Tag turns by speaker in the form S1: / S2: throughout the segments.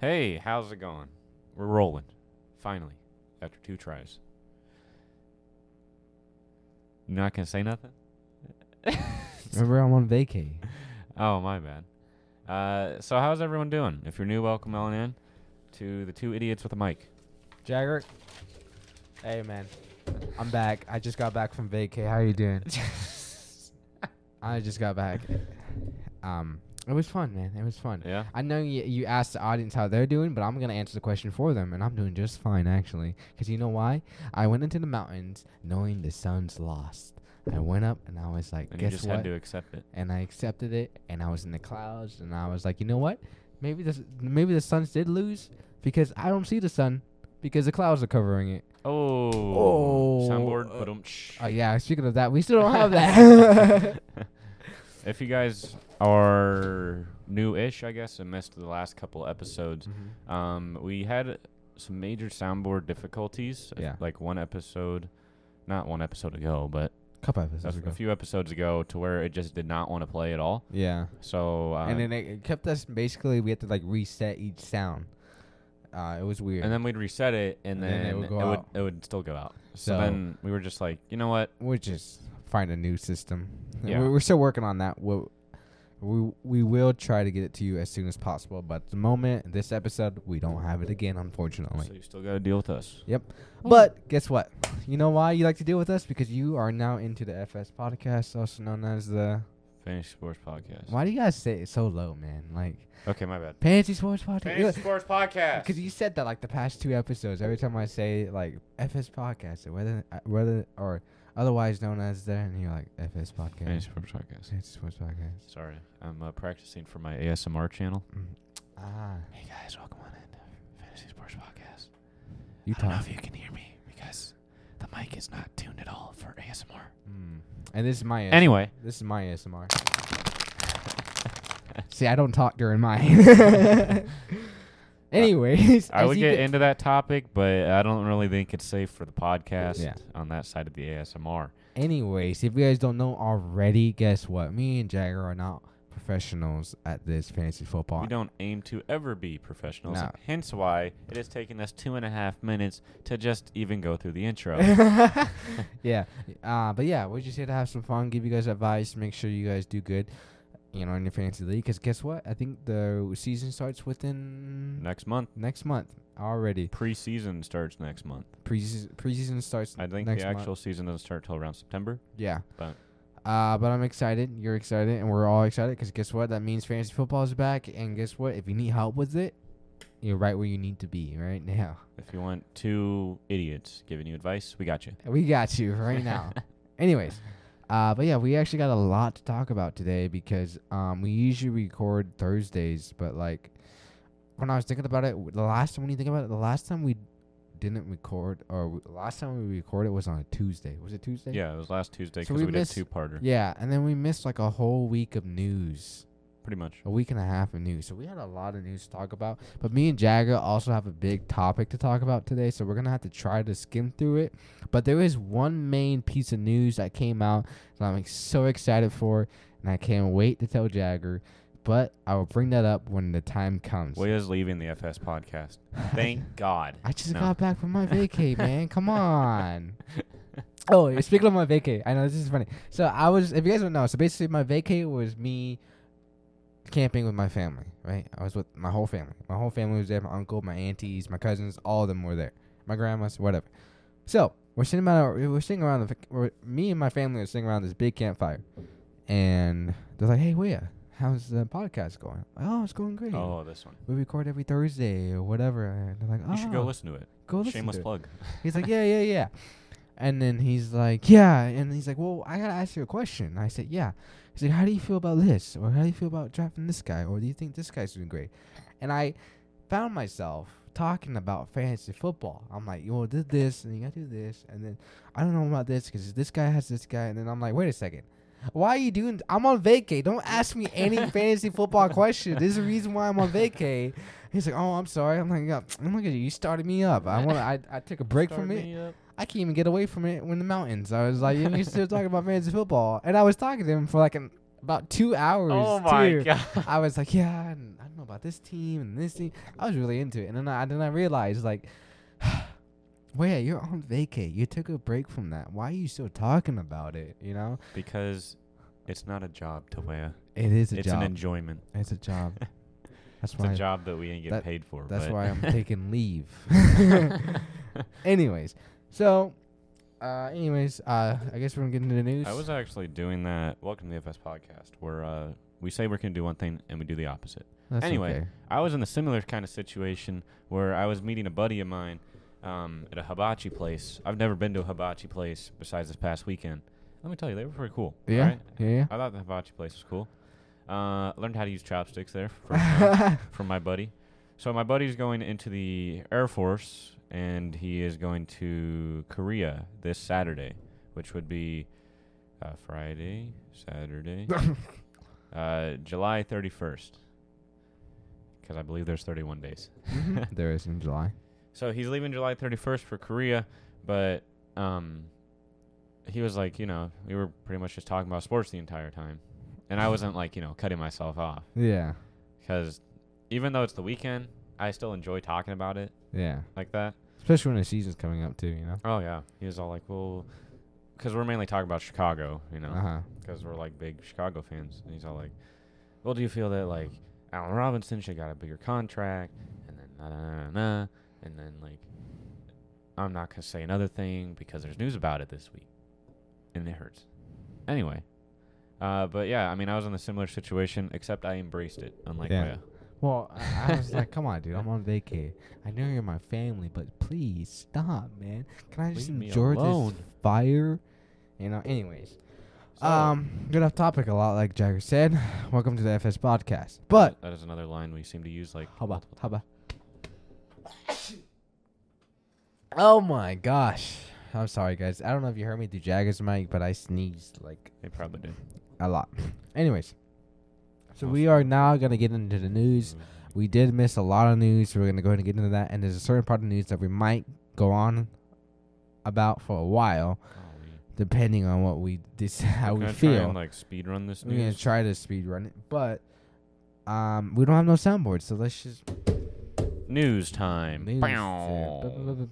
S1: Hey, how's it going? We're rolling. Finally. After two tries. You're not going to say nothing?
S2: Remember, I'm on vacay.
S1: Oh, my bad. Uh, so, how's everyone doing? If you're new, welcome on in to the two idiots with a mic.
S2: Jagger. Hey, man. I'm back. I just got back from vacay. How you doing? I just got back. Um, it was fun, man. It was fun.
S1: Yeah?
S2: I know you, you asked the audience how they're doing, but I'm gonna answer the question for them, and I'm doing just fine actually. Cause you know why? I went into the mountains knowing the sun's lost. I went up and I was like,
S1: And you
S2: guess
S1: just
S2: what?
S1: had to accept it.
S2: and I accepted it. And I was in the clouds, and I was like, you know what? Maybe this, maybe the Suns did lose because I don't see the sun because the clouds are covering it.
S1: Oh.
S2: Oh,
S1: Soundboard.
S2: uh,
S1: ba-dum-tsh.
S2: Oh yeah. Speaking of that, we still don't have that.
S1: if you guys are new-ish, I guess, and missed the last couple episodes, um, we had some major soundboard difficulties. uh,
S2: Yeah.
S1: Like one episode, not one episode ago, but
S2: Couple
S1: a, f-
S2: episodes
S1: a
S2: ago.
S1: few episodes ago, to where it just did not want to play at all.
S2: Yeah.
S1: So. Uh,
S2: and then it, it kept us basically. We had to like reset each sound. Uh, it was weird.
S1: and then we'd reset it, and, then, it, would
S2: go
S1: it, would,
S2: out.
S1: still go out. So,
S2: So-
S1: then we were just like, you know what?
S2: we'll just find a new system.
S1: Yeah.
S2: We're, we're still working on that. We'll, we we will try to get it to you as soon as possible. But at the moment, this episode, we don't have it again, unfortunately.
S1: So you still got to deal with us.
S2: Yep. But guess what? You know why you like to deal with us? Because you are now into the FS podcast, also known as the.
S1: Fantasy Sports Podcast.
S2: Why do you guys say it so low, man? Like
S1: Okay, my bad.
S2: fantasy sports podcast.
S1: Sports Podcast.
S2: Because you said that like the past two episodes. Every time I say like FS podcast, or whether uh, whether or otherwise known as the, and you're like
S1: Fantasy
S2: FS podcast.
S1: Sports Podcast.
S2: Fantasy sports podcast.
S1: Sorry, I'm uh, practicing for my ASMR channel.
S2: Ah,
S1: Hey guys, welcome on in to Fantasy Sports Podcast.
S2: you talk.
S1: you can hear me because the mic is not tuned at all for ASMR.
S2: Mm. And this is my AS-
S1: Anyway,
S2: This is my ASMR. See, I don't talk during mine. Anyways,
S1: I
S2: as
S1: would
S2: you
S1: get
S2: can-
S1: into that topic, but I don't really think it's safe for the podcast
S2: Yeah.
S1: on that side of the ASMR.
S2: Anyways, if you guys don't know already, guess what? Me and Jagger are not professionals at this fantasy football.
S1: We don't aim to ever be professionals,
S2: No.
S1: hence why it has taken us two and a half minutes to just even go through the intro.
S2: yeah. Uh, but yeah, we're just here to have some fun, give you guys advice, make sure you guys do good, you know, in your fantasy league. Because guess what? I think the season starts within
S1: next month,
S2: next month already.
S1: preseason starts next month.
S2: Preseason, preseason starts.
S1: I think
S2: next
S1: the
S2: month.
S1: actual season doesn't start till around September.
S2: Yeah.
S1: But-
S2: Uh, but I'm excited. You're excited, and we're all excited because guess what? That means fantasy football is back. And guess what? If you need help with it, you're right where you need to be right now.
S1: If you want two idiots giving you advice, we got you.
S2: We got you right now. Anyways, uh, but yeah, we actually got a lot to talk about today because um, we usually record Thursdays, but like when I was thinking about it, w- the last time when you think about it, the last time we didn't record or w- last time we recorded was on a Tuesday. Was it Tuesday?
S1: Yeah, it was last Tuesday
S2: So
S1: because
S2: we
S1: we, did
S2: missed-
S1: two parter.
S2: Yeah, and then we missed like a whole week of news,
S1: Pretty much.
S2: a week and a half of news. So we had a lot of news to talk about. But me and Jagger also have a big topic to talk about today, so we're gonna have to try to skim through it. But there is one main piece of news that came out that I'm like, so excited for, and I can't wait to tell Jagger. But I will bring that up when the time comes.
S1: Leah's leaving the FS podcast. Thank God.
S2: I just
S1: No.
S2: got back from my vacay, man. Come on. Oh, yeah, speaking of my vacay, I know this is funny. So I was, if you guys don't know, so basically my vacay was me camping with my family, right? I was with my whole family. My whole family was there. My uncle, my aunties, my cousins, all of them were there. My grandmas, whatever. So we're sitting around. We're sitting around. The, we me and my family are sitting around this big campfire, and they're like, "Hey, Leah, how's the podcast going?" Oh, it's going great.
S1: Oh, this one.
S2: We record every Thursday or whatever. And they're like, "Oh,
S1: You should go listen to it.
S2: go listen
S1: Shameless
S2: to it."
S1: plug.
S2: He's like, yeah, yeah, yeah. And then he's like, yeah. And he's like, well, I gotta ask you a question. And I said, yeah. He's like, how do you feel about this? Or how do you feel about drafting this guy? Or do you think this guy's doing great? And I found myself talking about fantasy football. I'm like, you well, did this, and you gotta do this, and then I don't know about this because this guy has this guy, and then I'm like, wait a second. Why are you doing? I'm on vacay. Don't ask me any fantasy football question. This is the reason why I'm on vacay. He's like, oh, I'm sorry. I'm like, yeah, I'm look at you. You started me up. I want. I I took a break
S1: Start
S2: from it.
S1: me up.
S2: I can't even get away from it when the mountains. I was like, you're still talking about fantasy football, and I was talking to him for like an about two hours.
S1: Oh my
S2: too.
S1: god.
S2: I was like, yeah, and I don't know about this team and this team. I was really into it, and then I then I realized like, wait, you're on vacay. You took a break from that. Why are you still talking about it? You know,
S1: Because it's not a job, Tawea.
S2: it is a
S1: It's
S2: job.
S1: an enjoyment.
S2: it's a job. That's
S1: It's a
S2: why.
S1: job that we ain't getting
S2: that-
S1: paid for.
S2: That's
S1: but
S2: why I'm taking leave. anyways, so, uh, anyways, uh, I guess we're gonna get into the news.
S1: I was actually doing that. Welcome to the FS podcast, where uh, we say we're gonna do one thing and we do the opposite.
S2: That's
S1: anyway,
S2: okay.
S1: I was in a similar kind of situation where I was meeting a buddy of mine um, at a hibachi place. I've never been to a hibachi place besides this past weekend. Let me tell you, they were pretty cool.
S2: Yeah,
S1: alright?
S2: yeah, yeah.
S1: I thought the hibachi place was cool. Uh, learned how to use chopsticks there from, uh,
S2: yeah.
S1: from my buddy. So my buddy's going into the Air Force, and he is going to Korea this Saturday, which would be uh, Friday, Saturday, uh, July 31st, because I believe there's 31 days. Mm-hmm.
S2: there is in July.
S1: So he's leaving July 31st for Korea, but um, he was like, you know, we were pretty much just talking about sports the entire time, and I wasn't like, you know, cutting myself off
S2: Yeah,
S1: because even though it's the weekend, I still enjoy talking about it
S2: yeah.
S1: like that.
S2: Especially when the season's coming up too, you know.
S1: Oh yeah, he was all like, well, because we're mainly talking about Chicago, you know,
S2: Uh huh.
S1: because we're like big Chicago fans, and he's all like, well, do you feel that like Allen Robinson should got a bigger contract, and then na na na na, and then like, I'm not gonna say another thing because there's news about it this week, and it hurts. Anyway. Uh, but yeah, I mean, I was in a similar situation, except I embraced it. Unlike
S2: Yeah.
S1: Maya.
S2: Well, I, I was like, come on, dude. I'm on vacay. I know you're my family, but please stop, man. Can I just
S1: Leave me
S2: enjoy
S1: alone.
S2: this fire? You know. Anyways,
S1: So-
S2: um, good off topic a lot, like Jagger said. Welcome to the FS podcast. But
S1: That is another line we seem to use like
S2: how about how about? Oh my gosh. I'm sorry, guys. I don't know if you heard me through Jagger's mic, but I sneezed like
S1: they probably do.
S2: a lot. Anyways, so
S1: Most
S2: we are now gonna get into the news. We did miss a lot of news, so we're gonna go ahead and get into that. And there's a certain part of the news that we might go on about for a while,
S1: Golly.
S2: depending on what we dis- how
S1: We're
S2: we
S1: gonna
S2: feel.
S1: Try and, like speed run this
S2: we're gonna
S1: news.
S2: try to speed run it, but um, we don't have no soundboard, so let's just
S1: news time.
S2: move
S1: Bow.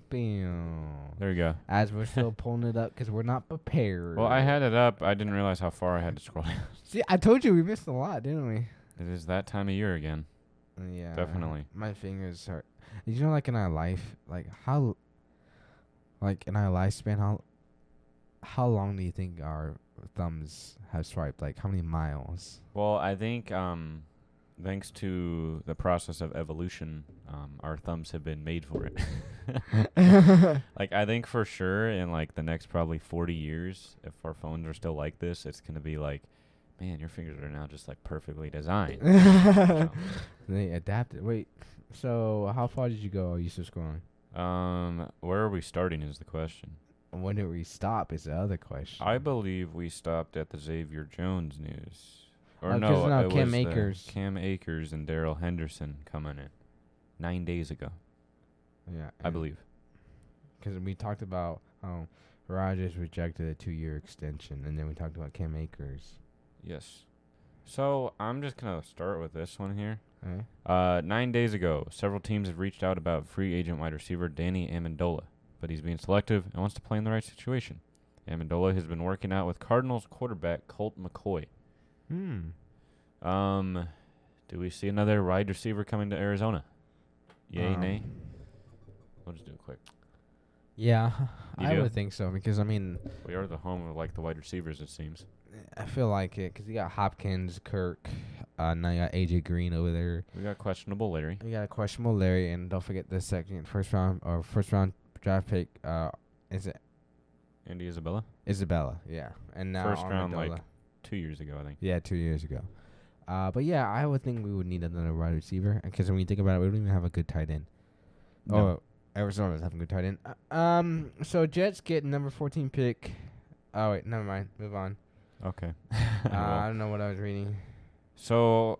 S1: There you go.
S2: As we're still pulling it up because we're not prepared.
S1: Well, I had it up. I didn't realize how far I had to scroll. down.
S2: See, I told you we missed a lot, didn't we?
S1: it is that time of year again.
S2: Yeah.
S1: Definitely.
S2: My fingers hurt. Did you know, like in our life, like how, like in our lifespan, how, how long do you think our thumbs have swiped? Like how many miles?
S1: Well, I think um, thanks to the process of evolution, um, our thumbs have been made for it. like I think for sure in like the next probably 40 years, if our phones are still like this, it's gonna be like, man, your fingers are now just like perfectly designed. So,
S2: They adapted. Wait, so how far did you go? Are you still scrolling?
S1: Um, where are we starting is the question.
S2: When did we stop? Is the other question.
S1: I believe we stopped at the Xavier Jones news. Or
S2: Oh, 'cause
S1: no,
S2: now
S1: it
S2: Cam
S1: was the
S2: Akers.
S1: Cam Akers and Daryl Henderson coming in nine days ago,
S2: yeah,
S1: I believe.
S2: because we talked about how Rogers rejected a two-year extension, and then we talked about Cam Akers.
S1: Yes. So I'm just gonna start with this one here.
S2: Eh?
S1: Uh, nine days ago, several teams have reached out about free agent wide receiver Danny Amendola, but he's being selective and wants to play in the right situation. Amendola has been working out with Cardinals quarterback Colt McCoy.
S2: Hmm.
S1: Um, do we see another wide receiver coming to Arizona? Yay,
S2: Um,
S1: nay. We'll just do it quick.
S2: Yeah,
S1: You
S2: I
S1: do?
S2: would think so because I mean,
S1: We are the home of like the wide receivers, it seems.
S2: I feel like it because you got Hopkins, Kirk, uh, now you got AJ Green over there.
S1: We got questionable Larry.
S2: You got a questionable Larry, and don't forget the second first round or first round draft pick. Uh, is it
S1: Andy Isabella,
S2: Isabella? Yeah, and now
S1: First round, like-
S2: Amendola.
S1: two years ago, I think.
S2: yeah, two years ago. Uh, but yeah, I would think we would need another wide receiver because when you think about it, we don't even have a good tight end. Oh, Arizona doesn't have a good tight end. Uh, um, so Jets get number fourteen pick. Oh wait, never mind. Move on.
S1: Okay.
S2: Uh, I don't know what I was reading.
S1: so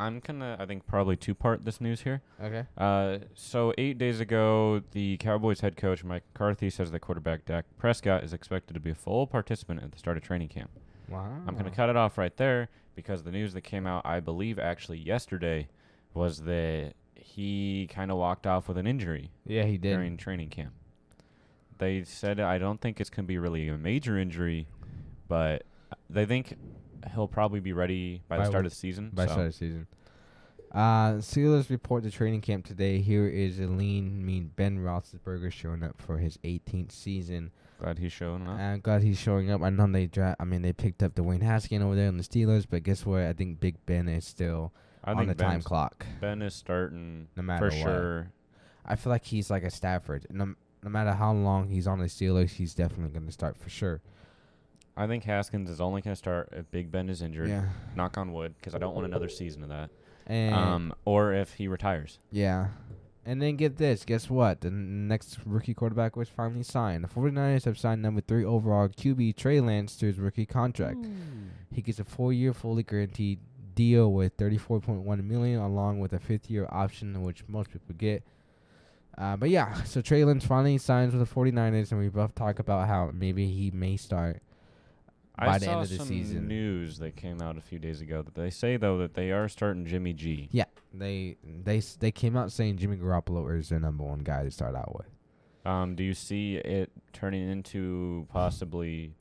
S1: I'm gonna, I think, probably two part this news here.
S2: Okay.
S1: Uh, so eight days ago, the Cowboys head coach Mike McCarthy says that quarterback Dak Prescott is expected to be a full participant at the start of training camp.
S2: Wow.
S1: I'm going to cut it off right there because the news that came out, I believe, actually yesterday was that he kind of walked off with an injury
S2: Yeah, he did.
S1: during training camp. They said, I don't think it's going to be really a major injury, but they think he'll probably be ready by,
S2: By
S1: the start
S2: wh-
S1: of the season.
S2: by
S1: so
S2: start of season. Uh, Steelers report to training camp today. Here is a lean, mean Ben Roethlisberger showing up for his 18th season.
S1: glad he's showing up.
S2: I'm glad he's showing up. I know they dra- I mean, they picked up Dwayne Haskins over there on the Steelers, but guess what? I think Big Ben is still
S1: I
S2: on
S1: think
S2: the time
S1: Ben's-
S2: clock.
S1: Ben is starting
S2: No matter
S1: for
S2: what,
S1: sure.
S2: I feel like he's like a Stafford. No, no matter how long he's on the Steelers, he's definitely going to start for sure.
S1: I think Haskins is only going to start if Big Ben is injured.
S2: Yeah,
S1: Knock on wood, because I don't want another season of that.
S2: and
S1: Um, or if he retires.
S2: Yeah. And then get this. Guess what? The n- next rookie quarterback was finally signed. The 49ers have signed number three overall QB Trey Lance to his rookie contract.
S1: Hmm.
S2: He gets a four-year, fully guaranteed deal with 34.1 million, along with a fifth-year option, which most people get. Uh, but yeah, so Trey Lance finally signs with the 49ers, and we both talk about how maybe he may start.
S1: I
S2: by
S1: saw
S2: the end of the
S1: some
S2: season.
S1: news that came out a few days ago that they say though that they are starting Jimmy G.
S2: They they s- they came out saying Jimmy Garoppolo is their number one guy to start out with.
S1: Um, do you see it turning into possibly?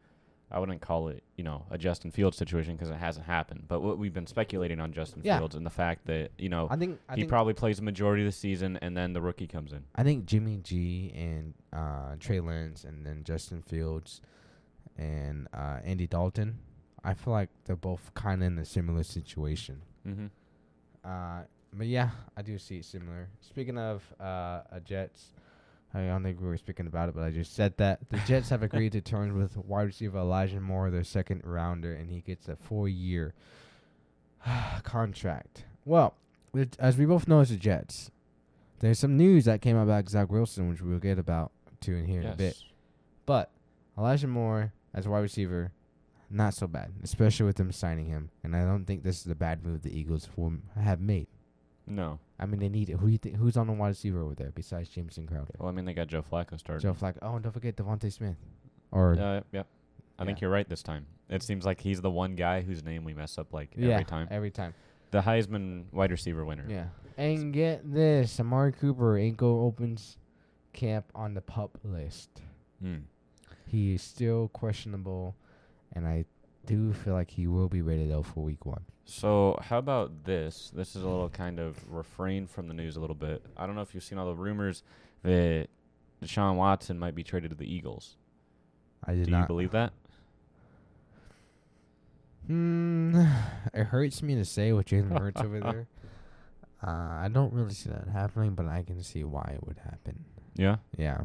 S1: I wouldn't call it, you know, a Justin Fields situation because it hasn't happened. But what we've been speculating on Justin
S2: Yeah.
S1: Fields and the fact that you know
S2: I think I
S1: he
S2: think
S1: probably plays the majority of the season and then the rookie comes in.
S2: I think Jimmy G and uh, Trey Lance and then Justin Fields and uh, Andy Dalton. I feel like they're both kind of in a similar situation.
S1: Mm-hmm.
S2: Uh, but yeah, I do see it similar. Speaking of uh, uh, Jets, I don't think we were speaking about it, but I just said that the Jets have agreed to terms with wide receiver Elijah Moore, their second rounder, and he gets a four-year contract. Well, it, as we both know, it's the Jets. There's some news that came out about Zach Wilson, which we'll get about to in here in a bit. But Elijah Moore as a wide receiver, not so bad, especially with them signing him. And I don't think this is a bad move the Eagles will have made.
S1: No.
S2: I mean, they need it. Who do you think? Who's on the wide receiver over there besides Jameson Crowder?
S1: Well, I mean, they got Joe Flacco started.
S2: Joe Flacco. Oh, and don't forget Devontae Smith. Or
S1: Uh, yeah. I think
S2: Yeah.
S1: you're right this time. It seems like he's the one guy whose name we mess up like
S2: Yeah,
S1: every time.
S2: every time.
S1: The Heisman wide receiver winner.
S2: Yeah. And get this: Amari Cooper ankle opens camp on the pup list.
S1: Mm.
S2: He is still questionable, and I do feel like he will be ready though for Week One.
S1: So how about this? This is a little kind of refrain from the news a little bit. I don't know if you've seen all the rumors that Deshaun Watson might be traded to the Eagles.
S2: I did
S1: Do
S2: not
S1: you believe that?
S2: Hmm, it hurts me to say what Jalen Hurts over there. Uh, I don't really see that happening, but I can see why it would happen.
S1: Yeah.
S2: Yeah,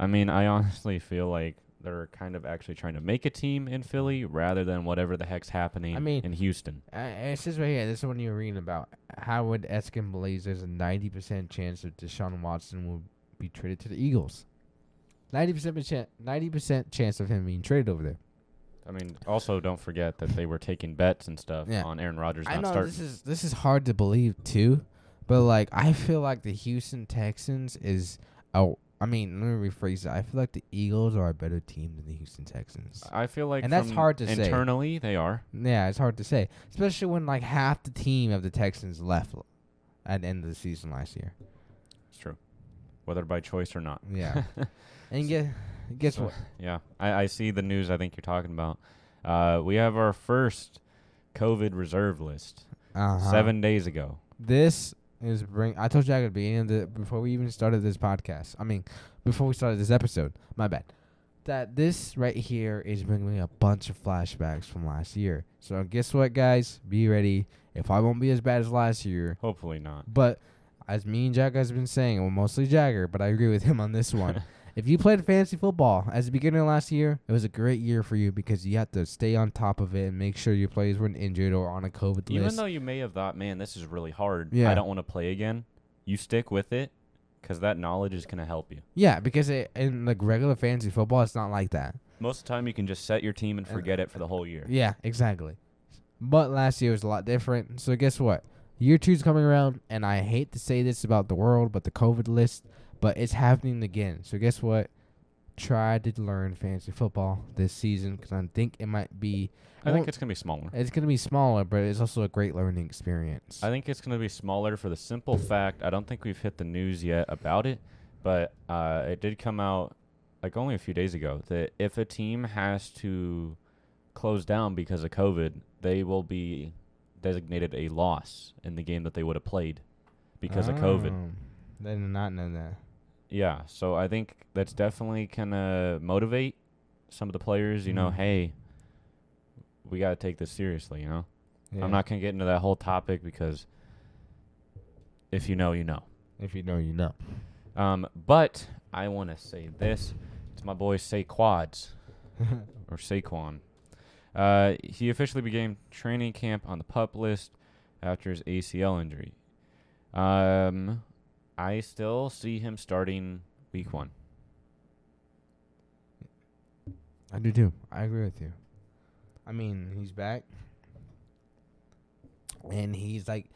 S1: I mean, I honestly feel like they're kind of actually trying to make a team in Philly rather than whatever the heck's happening
S2: mean-
S1: in Houston.
S2: uh, it says right here. This is one you were reading about. How would Eskin believes there's a ninety percent chance that Deshaun Watson will be traded to the Eagles? Ninety percent, ninety percent chance of him being traded over there.
S1: I mean, also don't forget that they were taking bets and stuff
S2: Yeah.
S1: on Aaron Rodgers
S2: I
S1: not
S2: know
S1: starting.
S2: this is this is hard to believe too, but like I feel like the Houston Texans is oh I mean let me rephrase it. I feel like the Eagles are a better team than the Houston Texans.
S1: I feel like
S2: And that's
S1: from
S2: hard to say.
S1: internally they are.
S2: Yeah, it's hard to say, especially when like half the team of the Texans left l- at the end of the season last year.
S1: It's true, whether by choice or not.
S2: Yeah, and guess guess
S1: So-
S2: what?
S1: Yeah, I, I see the news. I think you're talking about. Uh, we have our first COVID reserve list
S2: Uh-huh.
S1: seven days ago. This
S2: This is bring. I told you I could be in the before we even started this podcast. I mean, before we started this episode. My bad. That this right here is bringing me a bunch of flashbacks from last year. So guess what, guys? Be ready. If I won't be as bad as last year,
S1: hopefully not.
S2: but as me and Jagger has been saying, well, mostly Jagger, but I agree with him on this one. if you played fantasy football as a beginner last year, it was a great year for you because you had to stay on top of it and make sure your players weren't injured or on a COVID
S1: Even
S2: list.
S1: though you may have thought, man, this is really hard. I
S2: Yeah.
S1: don't want to play again. You stick with it because that knowledge is going to help you.
S2: yeah, because it, in like regular fantasy football, it's not like that.
S1: Most of the time, you can just set your team and
S2: And-
S1: forget it for the whole year.
S2: Yeah, exactly. But last year was a lot different. So guess what? Year two's coming around, and I hate to say this about the world, but the COVID list, but it's happening again. So guess what? try to learn fantasy football this season because I think it might be.
S1: I
S2: Well-
S1: think it's gonna be smaller.
S2: It's gonna be smaller, but it's also a great learning experience.
S1: I think it's going to be smaller for the simple fact I don't think we've hit the news yet about it, but uh, it did come out like only a few days ago that if a team has to close down because of COVID, they will be designated a loss in the game that they would have played because of COVID.
S2: Oh, I did not know that.
S1: Yeah, so I think that's definitely gonna motivate some of the players. You know,
S2: Mm.
S1: hey, we got to take this seriously. You know.
S2: Yeah.
S1: I'm not going to get into that whole topic because if you know, you know.
S2: If you know, you know.
S1: Um, but I want to say this to my boy Saquads or Saquon. Uh, he officially began training camp on the pup list after his ACL injury. Um, I still see him starting week one.
S2: I do too. I agree with you. I mean, he's back, and he's like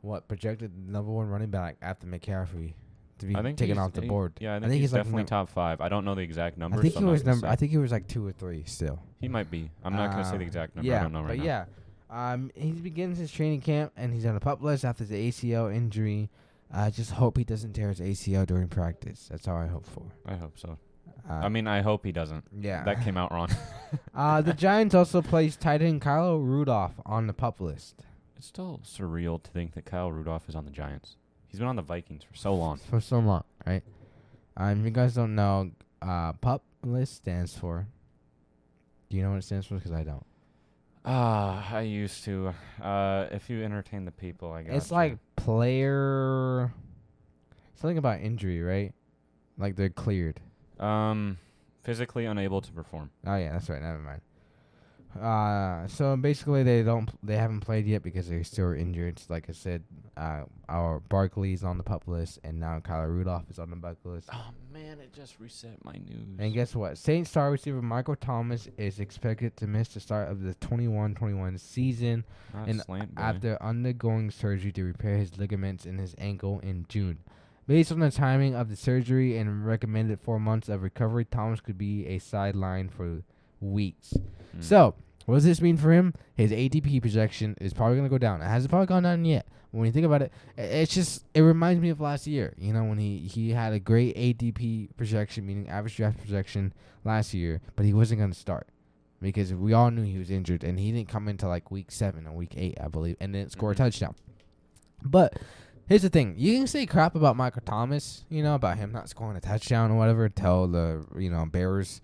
S2: what projected number one running back after McCaffrey to be
S1: I think
S2: taken
S1: he's-
S2: off the
S1: he-
S2: board.
S1: Yeah, I think,
S2: think
S1: he's,
S2: he's, like,
S1: definitely
S2: num-
S1: top five. I don't know the exact number.
S2: I think
S1: so
S2: he
S1: I'm not
S2: was
S1: gonna
S2: number. I
S1: say.
S2: think he was like two or three still.
S1: he might be. I'm not going to say
S2: Uh,
S1: the exact number.
S2: Yeah,
S1: I don't know right
S2: but
S1: now.
S2: yeah, um, he begins his training camp and he's on a pup list after the ACL injury. I just hope he doesn't tear his ACL during practice. That's all I hope for.
S1: I hope so.
S2: Uh,
S1: I mean, I hope he doesn't.
S2: yeah.
S1: That came out wrong.
S2: uh, the Giants also placed tight end Kylo Rudolph on the pup list.
S1: It's still surreal to think that Kyle Rudolph is on the Giants. He's been on the Vikings for so long.
S2: for so long, right? Um, if you guys don't know, uh, PUP list stands for. Do you know what it stands for? Because I don't.
S1: Ah, I used to. Uh, if you entertain the people, I guess
S2: It's like player. Something about injury, right? Like they're cleared.
S1: um, physically unable to perform.
S2: Oh yeah, that's right. Never mind. Uh, so basically they don't they haven't played yet because they're still injured. Like I said, uh, our Barkley's on the pup list, and now Kyler Rudolph is on the pup list.
S1: Oh man, it just reset my news.
S2: And guess what? Saints star receiver Michael Thomas is expected to miss the start of the 21-21 season
S1: Not
S2: and
S1: slant boy.
S2: after undergoing surgery to repair his ligaments in his ankle in June. Based on the timing of the surgery and recommended 4 months of recovery, Thomas could be a sideline for weeks.
S1: Mm.
S2: So, what does this mean for him? His ADP projection is probably going to go down. It hasn't probably gone down yet. When you think about it, i- it's just it reminds me of last year. You know, when he he had a great ADP projection, meaning average draft projection last year, but he wasn't going to start because we all knew he was injured, and he didn't come into like week seven or week eight, I believe, and then score
S1: Mhm.
S2: a touchdown. But here's the thing: you can say crap about Michael Thomas, you know, about him not scoring a touchdown or whatever, until the you know Bears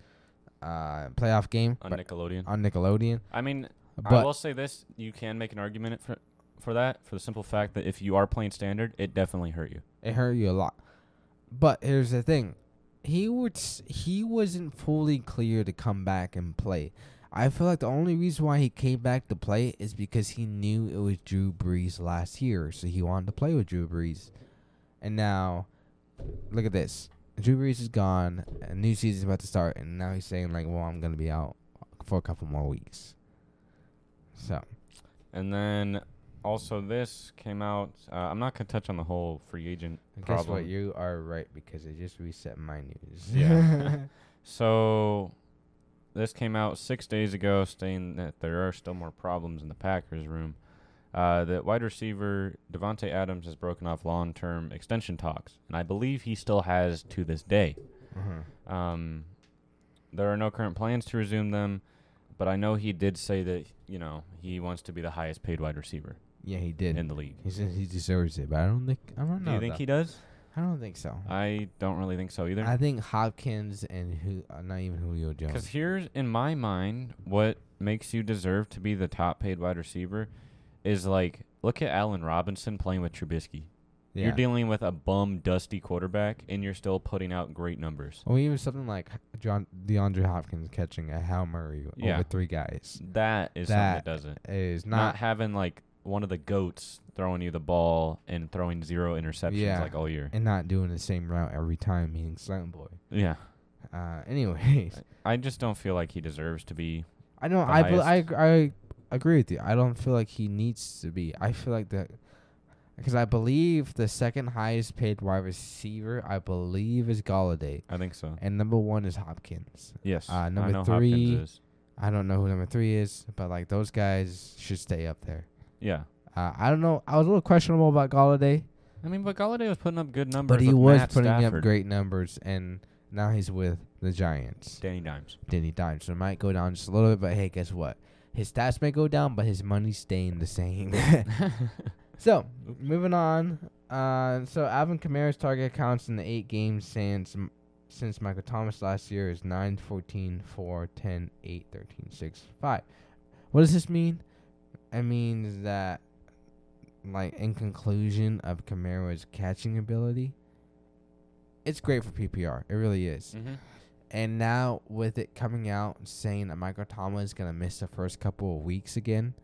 S2: uh, playoff game.
S1: on
S2: but-
S1: Nickelodeon.
S2: on Nickelodeon.
S1: I mean, I
S2: But
S1: will say this: you can make an argument for for that, for the simple fact that if you are playing standard, it definitely hurt you.
S2: it hurt you a lot. But here's the thing. He would s- he wasn't fully clear to come back and play. I feel like the only reason why he came back to play is because he knew it was Drew Brees last year, so he wanted to play with Drew Brees. And now look at this. Drew Brees is gone, a new season's about to start, and now he's saying like, "Well, I'm going to be out for a couple more weeks." So,
S1: And then also this came out. Uh, I'm not gonna touch on the whole free agent
S2: guess what?
S1: problem.
S2: You are right because it just reset my news.
S1: Yeah. So this came out six days ago, stating that there are still more problems in the Packers room. Uh, that wide receiver Devonte Adams has broken off long-term extension talks, and I believe he still has to this day.
S2: uh-huh.
S1: Um, there are no current plans to resume them, but I know he did say that you know he wants to be the highest-paid wide receiver
S2: Yeah, he did.
S1: in the league.
S2: He says he deserves it, but I don't think I don't know.
S1: Do you think he does?
S2: I don't think so.
S1: I don't really think so either.
S2: I think Hopkins and who uh, not even Julio
S1: Because
S2: Jones.
S1: here's in my mind, what makes you deserve to be the top paid wide receiver is like look at Allen Robinson playing with Trubisky.
S2: Yeah.
S1: You're dealing with a bum, dusty quarterback, and you're still putting out great numbers.
S2: or even something like John DeAndre Hopkins catching a Hal Murray
S1: Yeah.
S2: over three guys
S1: That is
S2: That
S1: something that does it.
S2: is
S1: Not,
S2: not.
S1: having like one of the goats throwing you the ball and throwing zero interceptions
S2: Yeah.
S1: like all year.
S2: and not doing the same route every time, meaning Silent Boy.
S1: Yeah,
S2: Uh, anyways,
S1: I just don't feel like he deserves to be.
S2: I know
S1: the
S2: I, bel I
S1: highest.
S2: ag- I agree with you. I don't feel like he needs to be. I feel like that because I believe the second highest paid wide receiver, I believe, is Galladay,
S1: I think so.
S2: and number one is Hopkins.
S1: Yes.
S2: uh,
S1: I
S2: number
S1: know
S2: three-
S1: Hopkins is.
S2: I don't know who number three is, but like those guys should stay up there.
S1: Yeah.
S2: Uh, I don't know. I was a little questionable about Galladay,
S1: I mean, but Galladay was putting up good numbers.
S2: but he
S1: with
S2: was
S1: Matt
S2: putting
S1: Stafford.
S2: up great numbers, and now he's with the Giants.
S1: Danny Dimes.
S2: Danny Dimes, so it might go down just a little bit. But hey, guess what? His stats may go down, but his money's staying the same. So moving on. Uh, so Alvin Kamara's target counts in the eight games since since Michael Thomas last year is 9, 14, 4, 10, 8, 13, 6, 5. What does this mean? It means that, like, in conclusion of Kamara's catching ability, it's great for PPR. It really is.
S1: Mhm.
S2: And now with it coming out saying that Michael Thomas is gonna miss the first couple of weeks again,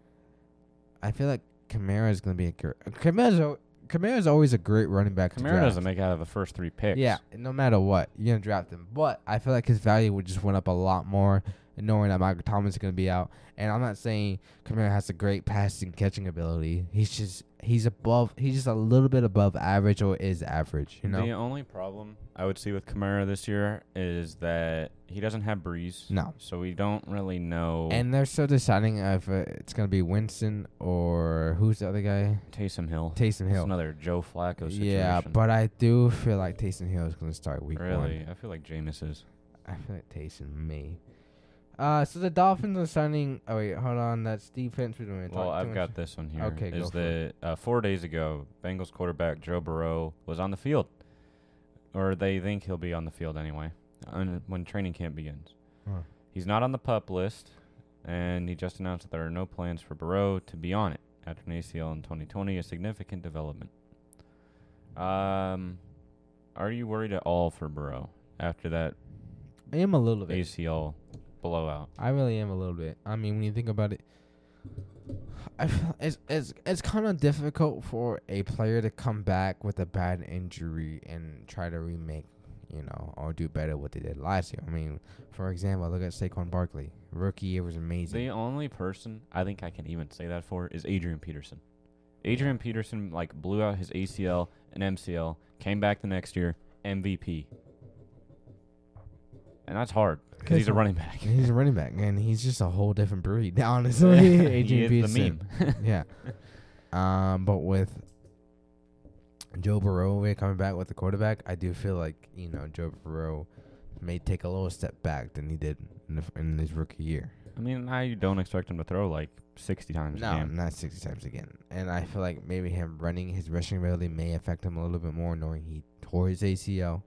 S2: I feel like Kamara is gonna be a great. Kamara's Kamara's always a great running back. to
S1: Kamara
S2: draft.
S1: doesn't make it out of the first three picks.
S2: Yeah, no matter what, you're gonna draft him. But I feel like his value would just went up a lot more knowing that Michael Thomas is gonna be out. And I'm not saying Kamara has a great passing catching ability. He's just he's above. He's just a little bit above average or is average. You know.
S1: The only problem I would see with Kamara this year is that he doesn't have Breeze.
S2: No.
S1: So we don't really know.
S2: And they're still deciding if uh, it's gonna be Winston or who's the other guy?
S1: Taysom Hill.
S2: Taysom
S1: It's
S2: Hill.
S1: another Joe Flacco situation.
S2: Yeah, but I do feel like Taysom Hill is gonna start week
S1: really,
S2: one.
S1: I feel like Jameis is.
S2: I feel like Taysom may. Uh, so the Dolphins are signing. Oh wait, hold on. That's defense. We don't want to
S1: Well,
S2: talk too
S1: I've
S2: much.
S1: got this one here.
S2: Okay, go
S1: is
S2: for it.
S1: that uh, four days ago, Bengals quarterback Joe Burrow was on the field, or they think he'll be on the field anyway, on, when training camp begins.
S2: Huh.
S1: He's not on the pup list, and he just announced that there are no plans for Burrow to be on it after an ACL in 2020, a significant development. Um, are you worried at all for Burrow after that
S2: I am a little bit.
S1: ACL blowout?
S2: I really am a little bit. I mean, when you think about it, I feel it's it's it's kind of difficult for a player to come back with a bad injury and try to remake, you know, or do better what they did last year. I mean, for example, look at Saquon Barkley. Rookie year was amazing.
S1: The only person I think I can even say that for is Adrian Peterson. Adrian Peterson like blew out his ACL and MCL, came back the next year, MVP. And that's hard because he's a
S2: Listen,
S1: running back.
S2: And he's a running back, and he's just a whole different breed. Honestly,
S1: He
S2: Adrian
S1: is the
S2: Peterson.
S1: meme.
S2: yeah. Um, but with Joe Burrow we're coming back with the quarterback, I do feel like you know Joe Burrow may take a little step back than he did in, the, in his rookie year.
S1: I mean, I don't expect him to throw like 60 times a
S2: No,
S1: game.
S2: not sixty times again. And I feel like maybe him running his rushing ability may affect him a little bit more, knowing he tore his ACL.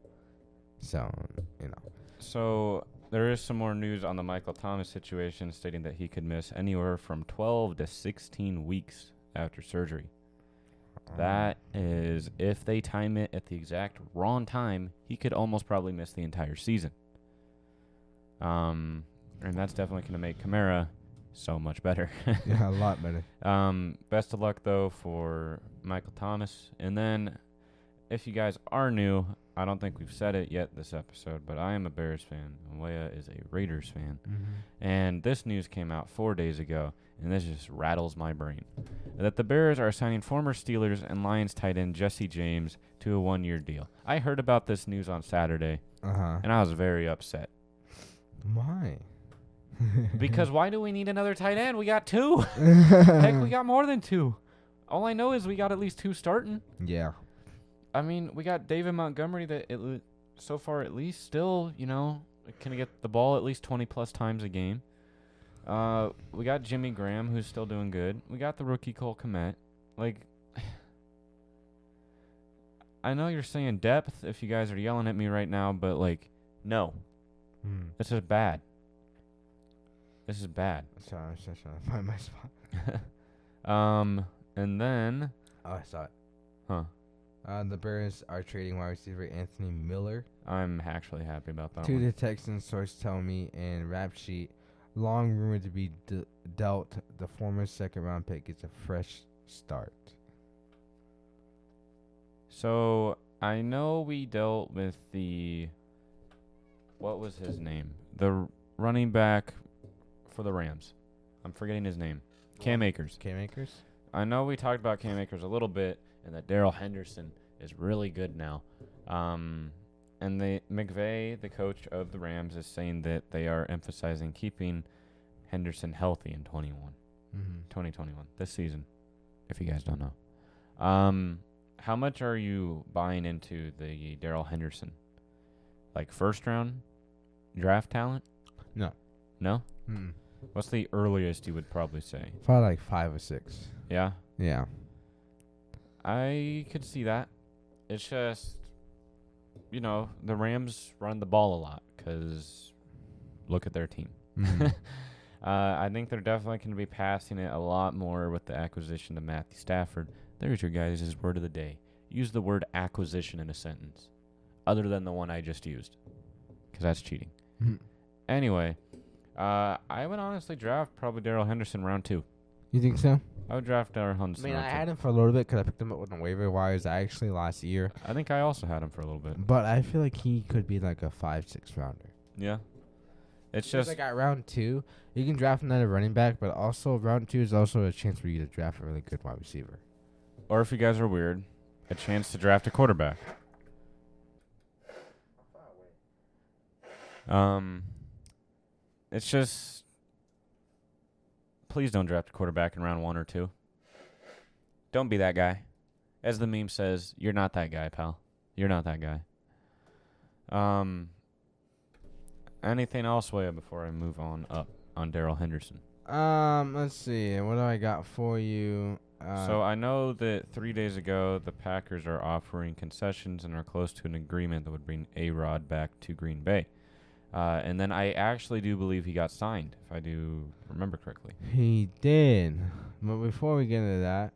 S2: So um, you know,
S1: So there is some more news on the Michael Thomas situation, stating that he could miss anywhere from 12 to 16 weeks after surgery. That is, if they time it at the exact wrong time, he could almost probably miss the entire season. Um, and that's definitely going to make Kamara so much better.
S2: yeah, a lot better.
S1: Um, best of luck though for Michael Thomas. And then, if you guys are new, I don't think we've said it yet this episode, but I am a Bears fan. and Leia is a Raiders fan. And this news came out four days ago, and this just rattles my brain. That the Bears are signing former Steelers and Lions tight end Jesse James to a one year deal. I heard about this news on Saturday,
S2: Uh huh.
S1: and I was very upset.
S2: Why?
S1: Because why do we need another tight end? We got two. Heck, we
S2: yeah.
S1: got more than two. All I know is we got at least two starting. I mean, we got David Montgomery that it, le- so far at least still, you know, can get the ball at least 20 plus times a game. Uh, we got Jimmy Graham who's still doing good. We got the rookie Cole Komet. Like, I know you're saying depth if you guys are yelling at me right now, but like, no,
S2: Mm.
S1: this is bad. This is bad.
S2: Sorry, I was just trying to find my spot.
S1: um, and then,
S2: Oh, I saw it.
S1: huh?
S2: Uh, the Bears are trading wide receiver Anthony Miller
S1: I'm actually happy about that
S2: to
S1: one.
S2: the Texans. Source tell me in rap sheet, long rumored to be d- dealt. The former second round pick gets a fresh start.
S1: So I know we dealt with the what was his name? The r- running back for the Rams. I'm forgetting his name. Cam Akers.
S2: Cam Akers.
S1: I know we talked about Cam Akers a little bit and that Daryl Henderson is really good now. Um, and the McVay, the coach of the Rams, is saying that they are emphasizing keeping Henderson healthy in 21.
S2: Mm-hmm.
S1: 2021 this season if you guys don't know um how much are you buying into the daryl henderson like first round draft talent
S2: No.
S1: no
S2: Mm-mm.
S1: what's the earliest you would probably say
S2: Mm-hmm. Probably like five or six.
S1: yeah
S2: Yeah.
S1: i could see that it's just you know the rams run the ball a lot because look at their team
S2: Mhm.
S1: Uh, I think they're definitely going to be passing it a lot more with the acquisition of Matthew Stafford. There's your guys' word of the day. Use the word acquisition in a sentence, other than the one I just used, because that's cheating.
S2: Mhm.
S1: Anyway, uh, I would honestly draft probably Daryl Henderson round two.
S2: you think so?
S1: I would draft Daryl
S2: I
S1: Henderson.
S2: mean, I
S1: round
S2: had him for a little bit because I picked him up on the waiver wires actually last year.
S1: two. I think I also had him for a little bit.
S2: But I feel like he could be like a five, six rounder.
S1: Yeah, it's
S2: Just
S1: just
S2: like at round two, you can draft another running back, but also round two is also a chance for you to draft a really good wide receiver.
S1: or if you guys are weird, a chance to draft a quarterback. Um, it's just please don't draft a quarterback in round one or two. Don't be that guy. As the meme says, you're not that guy, pal. You're not that guy. Um, anything else, Way before I move on up on Daryl Henderson?
S2: Um, let's see. What do I got for you? Uh,
S1: so I know that three days ago the Packers are offering concessions and are close to an agreement that would bring A Rod back to Green Bay. Uh, and then I actually do believe he got signed, if I do remember correctly.
S2: he did. But before we get into that,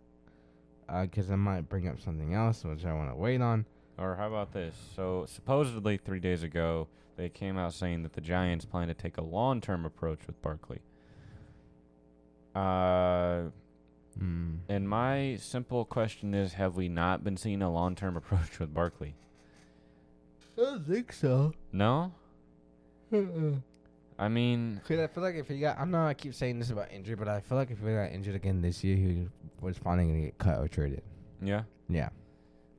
S2: because I might bring up something else, which I want to wait on.
S1: Or how about this? So supposedly three days ago they came out saying that the Giants plan to take a long-term approach with Barkley. Uh,
S2: Mm.
S1: And my simple question is have we not been seeing a long term approach with Barkley?
S2: I don't think so.
S1: No?
S2: Uh-uh.
S1: I mean,
S2: Cause I feel like if he got, I'm not. I keep saying this about injury, but I feel like if he got injured again this year, he was finally gonna get cut or traded.
S1: yeah.
S2: Yeah.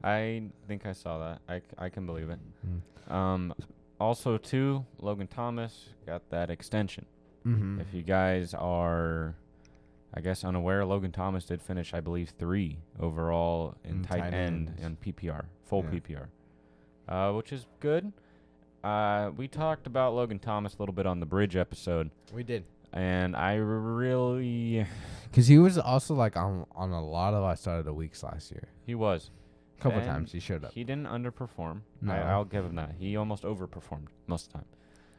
S1: I think I saw that. I, c- I can believe it.
S2: Mm.
S1: Um, also, too, Logan Thomas got that extension.
S2: Mm-hmm.
S1: If you guys are, I guess, unaware, Logan Thomas did finish, I believe, three overall in
S2: Mm,
S1: tight,
S2: tight
S1: end
S2: ends.
S1: and PPR, full
S2: Yeah.
S1: PPR, uh, which is good. Uh, we talked about Logan Thomas a little bit on the bridge episode,
S2: we did.
S1: and I really
S2: Cause he was also like on on a lot of our start of the weeks last year.
S1: he was
S2: A couple
S1: Then
S2: times he showed up.
S1: he didn't underperform.
S2: No.
S1: I, I'll give him that. He almost overperformed most of the time.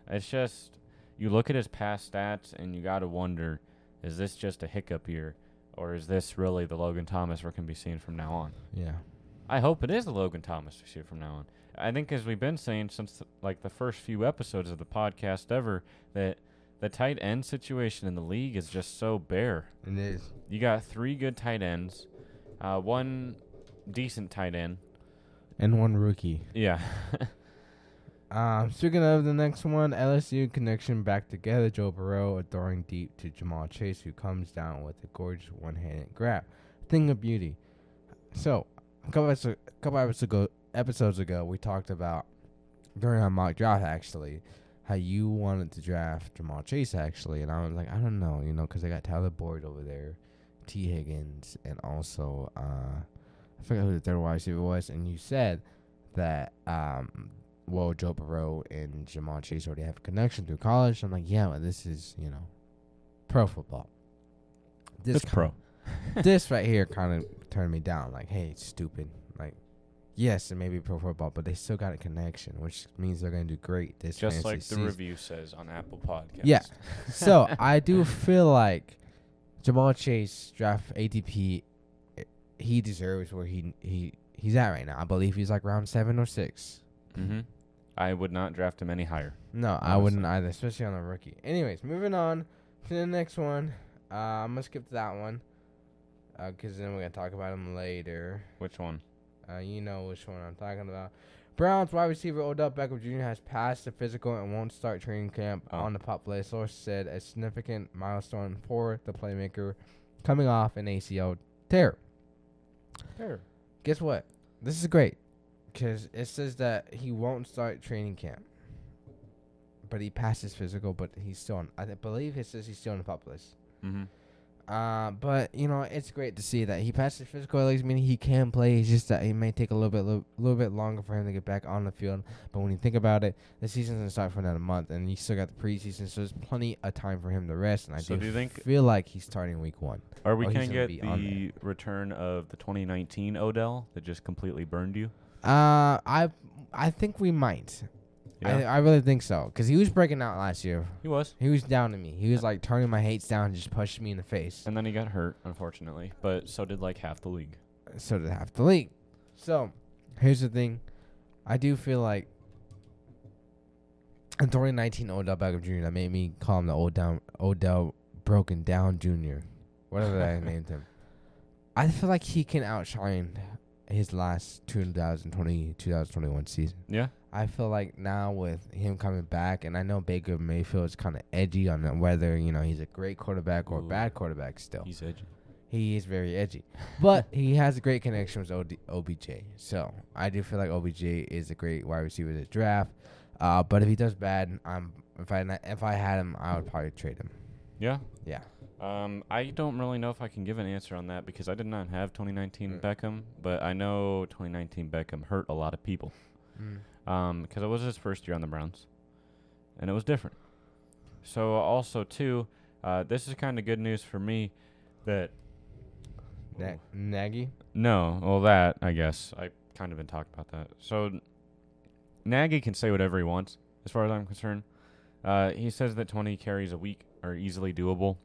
S1: It's just you look at his past stats and you got to wonder is this just a hiccup year or is this really the Logan Thomas we're going to be seeing from now on?
S2: yeah.
S1: I hope it is the Logan Thomas we see from now on. I think as we've been saying since like the first few episodes of the podcast ever that the tight end situation in the league is just so bare.
S2: It is.
S1: You got three good tight ends, uh, one decent tight end.
S2: And one rookie.
S1: Yeah.
S2: Um, speaking of the next one, LSU connection back together. Joe Burrow adoring deep to Jamal Chase, who comes down with a gorgeous one-handed grab. Thing of beauty. So, a couple episodes, couple episodes ago, episodes ago, we talked about during our mock draft actually how you wanted to draft Jamal Chase actually, and I was like, I don't know, you know, because I got Tyler Boyd over there, T Higgins, and also uh, I forgot who the third wide receiver was, and you said that um, well, Joe Burrow and Jamal Chase already have a connection through college. I'm like, yeah, well, this is you know, pro football. This
S1: It's
S2: kind-
S1: pro.
S2: this right here kind of turned me down. Like, hey, it's stupid. Like, yes, it may be pro football, but they still got a connection, which means they're gonna do great this
S1: Just
S2: fantasy
S1: like the
S2: season.
S1: review says on Apple Podcasts.
S2: Yeah. so I do feel like Jamal Chase draft ATP. eh, He deserves where he he he's at right now. I believe he's like round seven or six.
S1: hmm I would not draft him any higher.
S2: No, I
S1: Honestly.
S2: wouldn't either, especially on a rookie. Anyways, moving on to the next one. Uh, I'm gonna skip to that one, Uh 'cause then we're gonna talk about him later.
S1: Which one?
S2: Uh, you know which one I'm talking about. Browns wide receiver Odell Beckham Jr. has passed the physical and won't start training camp
S1: Oh.
S2: on the pop list. Source said a significant milestone for the playmaker coming off an ACL tear. guess what? This is great because it says that he won't start training camp, but he passed his physical, but he's still on. I th- believe it says he's still on the pop list.
S1: Mm-hmm.
S2: Uh, but you know it's great to see that he passed his physical. At least meaning he can play. It's just that it may take a little bit, little, little bit longer for him to get back on the field. But when you think about it, the season's gonna start for another month, and he's still got the preseason, so there's plenty of time for him to rest. And I
S1: So
S2: do,
S1: do you think-
S2: feel like he's starting week one.
S1: Are we
S2: Oh, he's
S1: gonna
S2: gonna
S1: get
S2: be on
S1: the return of the 2019 Odell that just completely burned you?
S2: Uh, I I think we might. I, I really think so because he was breaking out last year.
S1: he was,
S2: He was down to me. He was like turning my hates down, and just pushing me in the face.
S1: and then he got hurt, unfortunately. But so did like half the league.
S2: so did half the league. So here's the thing, I do feel like in 2019 Odell Beckham Jr. that made me call him the old down Odell Broken Down Jr. Whatever I named him. I feel like he can outshine his last 2020 2021 season.
S1: Yeah,
S2: I feel like now with him coming back, and I know Baker Mayfield is kind of edgy on whether you know he's a great quarterback or a
S1: Ooh.
S2: bad quarterback. Still,
S1: he's edgy.
S2: he is very edgy, but he has a great connection with OD- OBJ. So I do feel like OBJ is a great wide receiver to draft. Uh, but if he does bad, I'm if I if I had him, I would probably trade him.
S1: Yeah.
S2: Yeah.
S1: Um, I don't really know if I can give an answer on that because I did not have 2019
S2: Mm.
S1: Beckham, but I know 2019 Beckham hurt a lot of people. Um, 'cause because it was his first year on the Browns, and it was different. So also too, uh, this is kind of good news for me that
S2: Na- Nagy.
S1: no, well that I guess I kind of been talked about that. So Nagy can say whatever he wants, as far as I'm concerned. Uh, he says that 20 carries a week are easily doable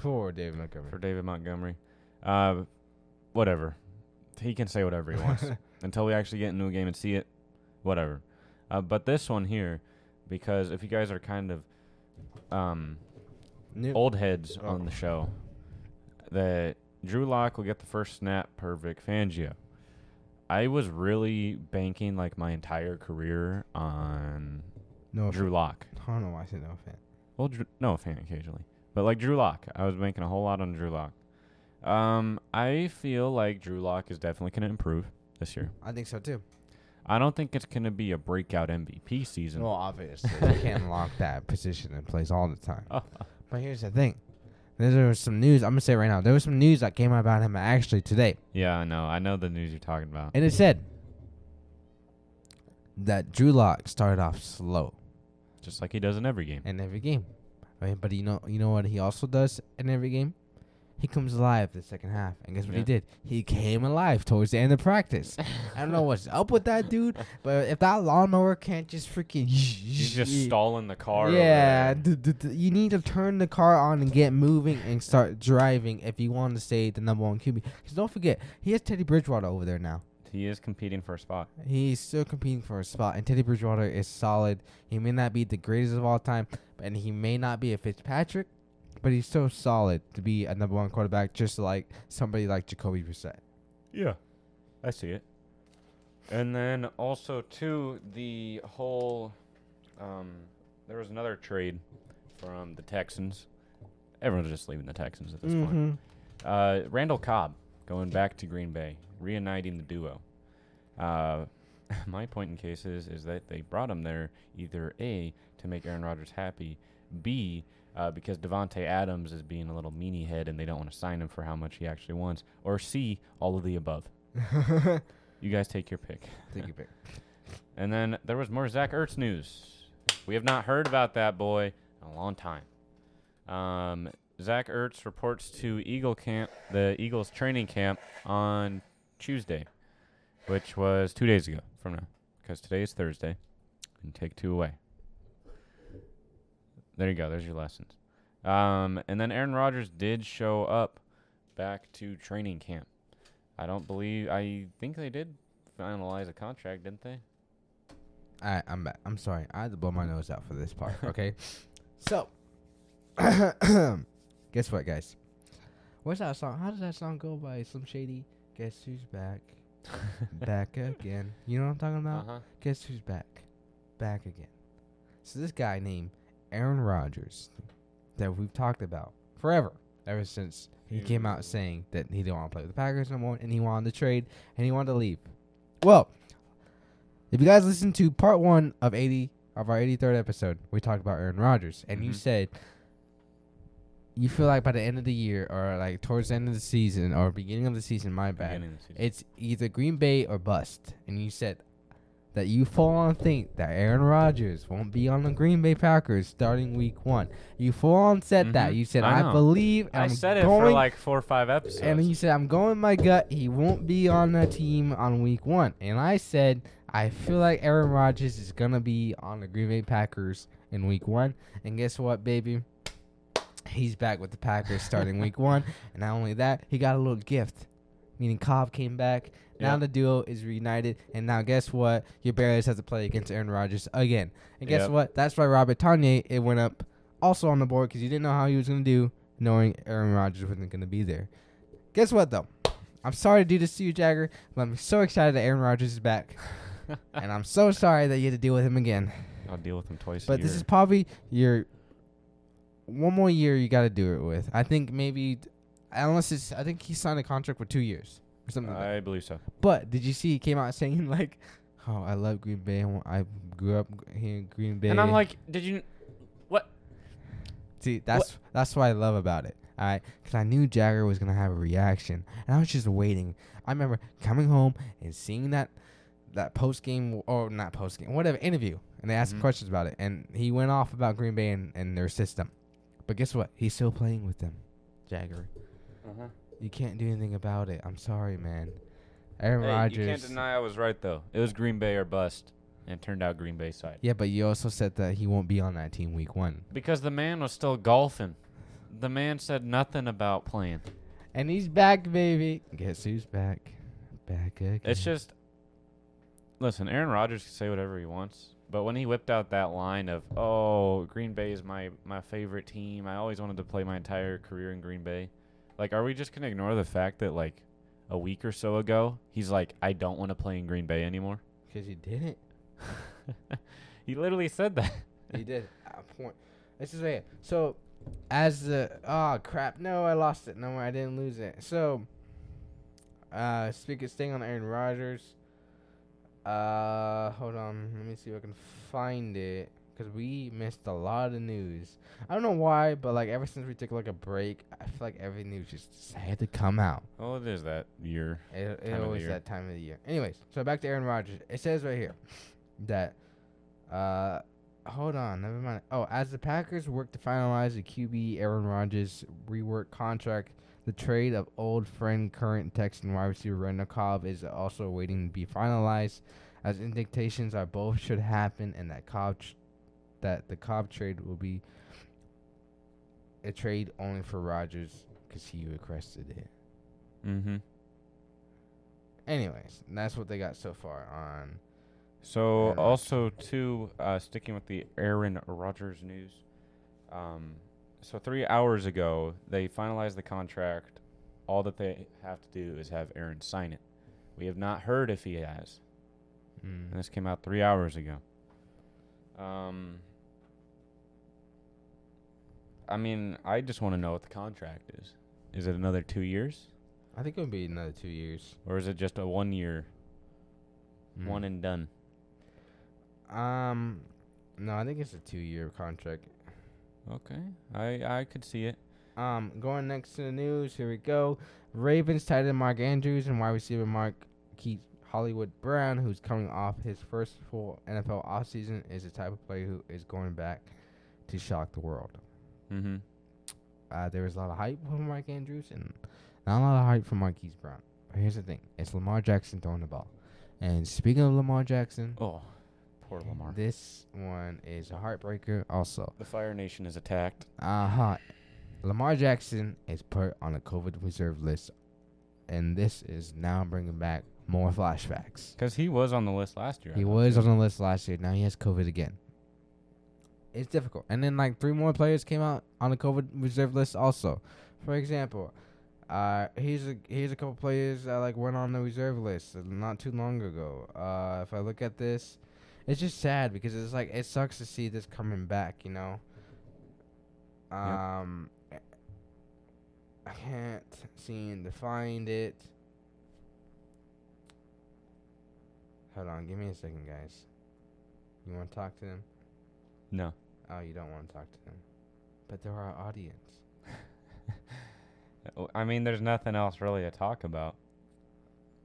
S2: Poor David Montgomery.
S1: for David Montgomery. Uh, whatever, he can say whatever he wants until we actually get into a game and see it, whatever. Uh, but this one here, because if you guys are kind of um,
S2: Nope.
S1: old heads
S2: Oh.
S1: on the show, that Drew Lock will get the first snap per Vic Fangio. I was really banking like my entire career on
S2: no, offense.
S1: Drew Lock.
S2: I don't know why I said no offense.
S1: Well, Drew, no, a fan occasionally, but like Drew Lock, I was making a whole lot on Drew Lock. Um, I feel like Drew Lock is definitely going to improve this year.
S2: I think so too.
S1: I don't think it's going to be a breakout MVP season.
S2: Well, obviously, they can't lock that position in place all the time.
S1: Oh.
S2: But here's the thing. There was some news. I'm gonna say it right now. There was some news that came out about him actually today,
S1: Yeah, I know. I know the news you're talking about.
S2: and it said that Drew Lock started off slow
S1: Just like he does in every game.
S2: in every game. I mean, but you know, you know what he also does in every game? He comes alive the second half, and guess what he
S1: Yeah.
S2: did? He came alive towards the end of practice. I don't know what's up with that dude, but if that lawnmower can't just freaking,
S1: He's just stalling the car. over
S2: Yeah,
S1: there.
S2: d- d- d- you need to turn the car on and get moving and start driving if you want to stay the number one QB. Because don't forget, he has Teddy Bridgewater over there now.
S1: He is competing for a spot.
S2: He's still competing for a spot, and Teddy Bridgewater is solid. He may not be the greatest of all time, and he may not be a Fitzpatrick, but he's still solid to be a number one quarterback, just like somebody like Jacoby Brissett.
S1: Yeah, I see it. And then also too the whole, um, there was another trade from the Texans. Everyone's just leaving the Texans at this
S2: Mm-hmm.
S1: point. Uh, Randall Cobb going back to Green Bay, reuniting the duo. Uh, my point in case is, is that they brought him there either A, to make Aaron Rodgers happy, B, uh, because Devonte Adams is being a little meanie head and they don't want to sign him for how much he actually wants, or C, all of the above. You guys take your pick.
S2: Thank you, Vic.
S1: And then there was more Zach Ertz news. We have not heard about that boy in a long time. Um, Zach Ertz reports to Eagle camp, the Eagles training camp on Tuesday, which was two days ago from now, because today is Thursday, and take two away. There you go. There's your lessons. Um, and then Aaron Rodgers did show up back to training camp. I don't believe. I think they did finalize a contract, didn't they?
S2: All right, I'm back. I'm sorry. I had to blow my nose out for this part. Okay, so guess what, guys? What's that song? How does that song go by Slim Shady? Guess who's back? back again. You know what I'm talking about?
S1: Uh-huh.
S2: Guess who's back? Back again. So this guy named Aaron Rodgers that we've talked about forever ever since he came out saying that he didn't want to play with the Packers no more, and he wanted to trade, and he wanted to leave. Well, if you guys listened to part one of eighty of our eighty third episode, we talked about Aaron Rodgers, and you
S1: Mhm.
S2: said you feel like by the end of the year, or like towards the end of the season, or beginning of the season, my bad,
S1: Beginning of the season.
S2: it's either Green Bay or bust. And you said that you full on think that Aaron Rodgers won't be on the Green Bay Packers starting week one. You full on said that.
S1: Mhm.
S2: You said
S1: I
S2: I,
S1: know.
S2: believe
S1: I
S2: I'm
S1: said it
S2: going,
S1: for like four or five episodes.
S2: and you said I'm going with my gut. He won't be on the team on week one. And I said I feel like Aaron Rodgers is gonna be on the Green Bay Packers in week one. And guess what, baby? He's back with the Packers starting week one. And not only that, he got a little gift. Meaning Cobb came back. Now
S1: Yeah.
S2: the duo is reunited. And now guess what? Your Bears has to play against Aaron Rodgers again. And guess
S1: Yep.
S2: what? That's why Robert Tanya it went up also on the board because you didn't know how he was gonna do, knowing Aaron Rodgers wasn't gonna be there. Guess what though? I'm sorry to do this to you, Jagger, but I'm so excited that Aaron Rodgers is back. and I'm so sorry that you had to deal with him again.
S1: I'll deal with him twice. a
S2: But this
S1: year.
S2: is probably your one more year you got to do it with. I think maybe unless it's I think he signed a contract for two years or something. like that.
S1: I believe so.
S2: But did you see he came out saying like, "Oh, I love Green Bay. I wa- I grew up here in Green Bay."
S1: And I'm like, did you? What?
S2: See, that's that's what I love about it. All right, because I knew Jagger was gonna have a reaction, and I was just waiting. I remember coming home and seeing that that post game or not post game, whatever interview, and they asked him
S1: Mhm.
S2: questions about it, and he went off about Green Bay and, and their system. But guess what? He's still playing with them, Jagger.
S1: Uh-huh.
S2: You can't do anything about it. I'm sorry, man. Aaron Rodgers.
S1: you can't deny I was right though. It was Green Bay or bust, and it turned out Green Bay side
S2: yeah, but you also said that he won't be on that team week one.
S1: because the man was still golfing. The man said nothing about playing.
S2: And he's back, baby. Guess who's back? Back again.
S1: It's just, listen, Aaron Rodgers can say whatever he wants, but when he whipped out that line of, "Oh, Green Bay is my my favorite team. I always wanted to play my entire career in Green Bay," like, are we just gonna ignore the fact that like a week or so ago he's like, "I don't want to play in Green Bay anymore."
S2: because he didn't.
S1: he literally said that.
S2: he did. A point. This is it. So, as the oh crap, no, I lost it. No, I didn't lose it. So, uh, speaking staying on Aaron Rodgers. Uh, hold on. Let me see if I can find it. Cause we missed a lot of news. I don't know why, but like ever since we took like a break, I feel like every news just had to come out.
S1: Oh, there's that year.
S2: It,
S1: Time
S2: it
S1: of the
S2: always
S1: year.
S2: that time of the year. Anyways, so back to Aaron Rodgers. It says right here that, uh, hold on, never mind. Oh, as the Packers work to finalize the QB Aaron Rodgers rework contract, the trade of old friend, current Texan wide receiver Randall Cobb is also waiting to be finalized, as indications are both should happen and that Cobb, tr- that the Cobb trade will be a trade only for Rodgers because he requested it.
S1: Mm-hmm.
S2: Anyways, that's what they got so far on.
S1: So
S2: Aaron Rodgers.
S1: also too, uh, sticking with the Aaron Rodgers news. Um, so three hours ago, they finalized the contract. All that they have to do is have Aaron sign it. We have not heard if he has, and
S2: Mm.
S1: this came out three hours ago. Um, I mean, I just want to know what the contract is. Is it another two years,
S2: I think it'll be another two years.
S1: or is it just a one year, one and done?
S2: um, no, I think it's a two-year contract.
S1: Okay, I I could see it.
S2: Um, going next to the news. Here we go. Ravens tight end Mark Andrews and wide receiver Mark Keith Hollywood Brown, who's coming off his first full NFL offseason, is the type of player who is going back to shock the world.
S1: Mm-hmm.
S2: uh, there was a lot of hype for Mark Andrews and not a lot of hype for Marquise Brown. But here's the thing: it's Lamar Jackson throwing the ball. And speaking of Lamar Jackson,
S1: Oh, poor Lamar.
S2: this one is a heartbreaker. Also,
S1: The Fire Nation is attacked.
S2: uh huh, Lamar Jackson is put on a COVID reserve list, and this is now bringing back more flashbacks.
S1: Because he was on the list last year. I
S2: He
S1: thought,
S2: was
S1: too.
S2: on the list last year. Now he has COVID again. It's difficult. And then like three more players came out on the COVID reserve list also. For example, uh, here's a here's a couple players that like went on the reserve list not too long ago. Uh, if I look at this, it's just sad because it's like it sucks to see this coming back. You know.
S1: Yep.
S2: Um. I can't seem to find it. Hold on, give me a second, guys. You want to talk to them?
S1: No.
S2: Oh, you don't want to talk to them. But they're our audience.
S1: Uh, I mean, there's nothing else really to talk about.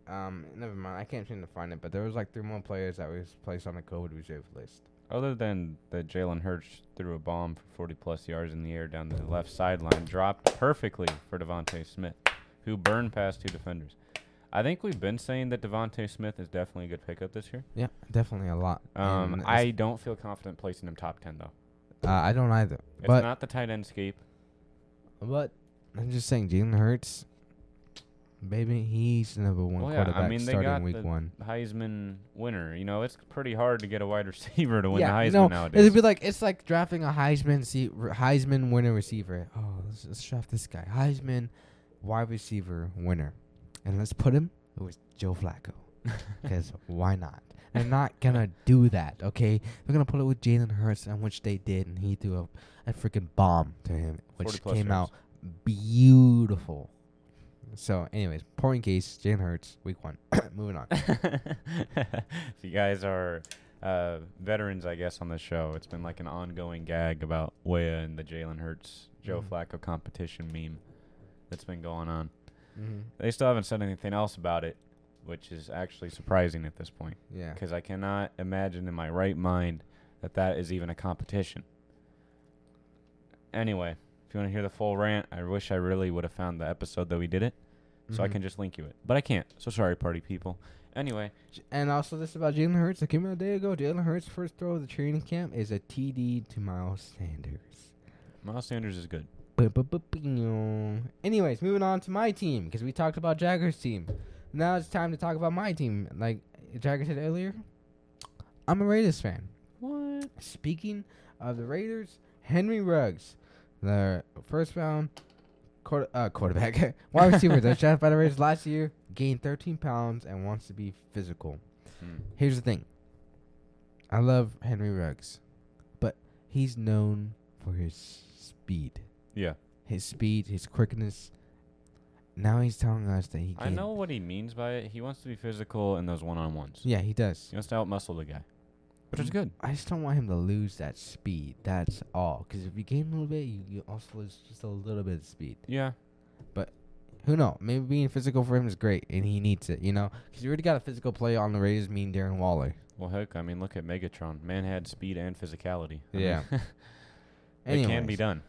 S2: Um, never mind. I can't seem to find it, but there was like three more players that was placed on the COVID reserve list.
S1: Other than that, Jalen Hurts threw a bomb for 40 plus yards in the air down the left sideline, dropped perfectly for Devontae Smith, who burned past two defenders. I think we've been saying that Devontae Smith is definitely a good pickup this year.
S2: Yeah, definitely a lot.
S1: Um,
S2: And Mm, it's-
S1: I don't feel confident placing him top 10, though.
S2: uh, I don't either.
S1: It's
S2: but
S1: not the tight end scape.
S2: but I'm just saying, Jalen Hurts, baby, he's the number one
S1: Well, yeah, I
S2: quarterback
S1: mean, they got
S2: starting week
S1: the-
S2: one.
S1: Heisman winner. You know, it's pretty hard to get a wide receiver to win
S2: yeah,
S1: the Heisman
S2: you know,
S1: nowadays.
S2: It'd be like it's like drafting a Heisman se- re- Heisman winner receiver. Oh, let's, let's draft this guy, Heisman wide receiver winner, and let's put him with Joe Flacco, because why not? They're not gonna do that, okay? They're gonna put it with Jalen Hurts, and which they did, and he threw a, a freaking bomb to him,
S1: 40
S2: which
S1: plus
S2: came
S1: yards.
S2: out beautiful. So, anyways, point case, Jalen Hurts, week one. Moving on.
S1: if you guys are uh, veterans, I guess, on the show, it's been like an ongoing gag about Weah and the Jalen Hurts Joe
S2: Mhm.
S1: Flacco competition meme that's been going on.
S2: mm-hmm.
S1: They still haven't said anything else about it, which is actually surprising at this point
S2: Yeah.
S1: because I cannot imagine in my right mind that that is even a competition. Anyway, if you want to hear the full rant, I wish I really would have found the episode that we did it so I
S2: Mhm.
S1: can just link you it. But I can't. So sorry, party people. Anyway,
S2: J- And also, this about Jalen Hurts that came out a day ago. Jalen Hurts' first throw of the training camp is a TD to Miles Sanders.
S1: Miles Sanders is good.
S2: Ba-ba-ba-bing. Anyways, moving on to my team because we talked about Jaggers' team. Now it's time to talk about my team. Like Jagger said earlier, I'm a Raiders fan.
S1: What?
S2: Speaking of the Raiders, Henry Ruggs, the first round quarter, uh, quarterback, wide receiver that was drafted by the Raiders last year, gained 13 pounds and wants to be physical.
S1: Hmm.
S2: Here's the thing. I love Henry Ruggs, but he's known for his speed,
S1: Yeah.
S2: his speed, his quickness. Now he's telling us that he.
S1: I
S2: gained-
S1: know what he means by it. He wants to be physical in those one on ones.
S2: Yeah, Mm. he does.
S1: He wants to outmuscle the guy, which is good.
S2: I just don't want him to lose that speed. That's all. Because if you gain a little bit, you, you also lose just a little bit of speed.
S1: Yeah.
S2: Who knows? Maybe being physical for him is great, and he needs it. You know, because you already got a physical player on the Raiders, mean Darren Waller.
S1: Well, heck, I mean, look at Megatron. Man had speed and physicality. I mean,
S2: Yeah.
S1: it can be
S2: Anyways.
S1: done.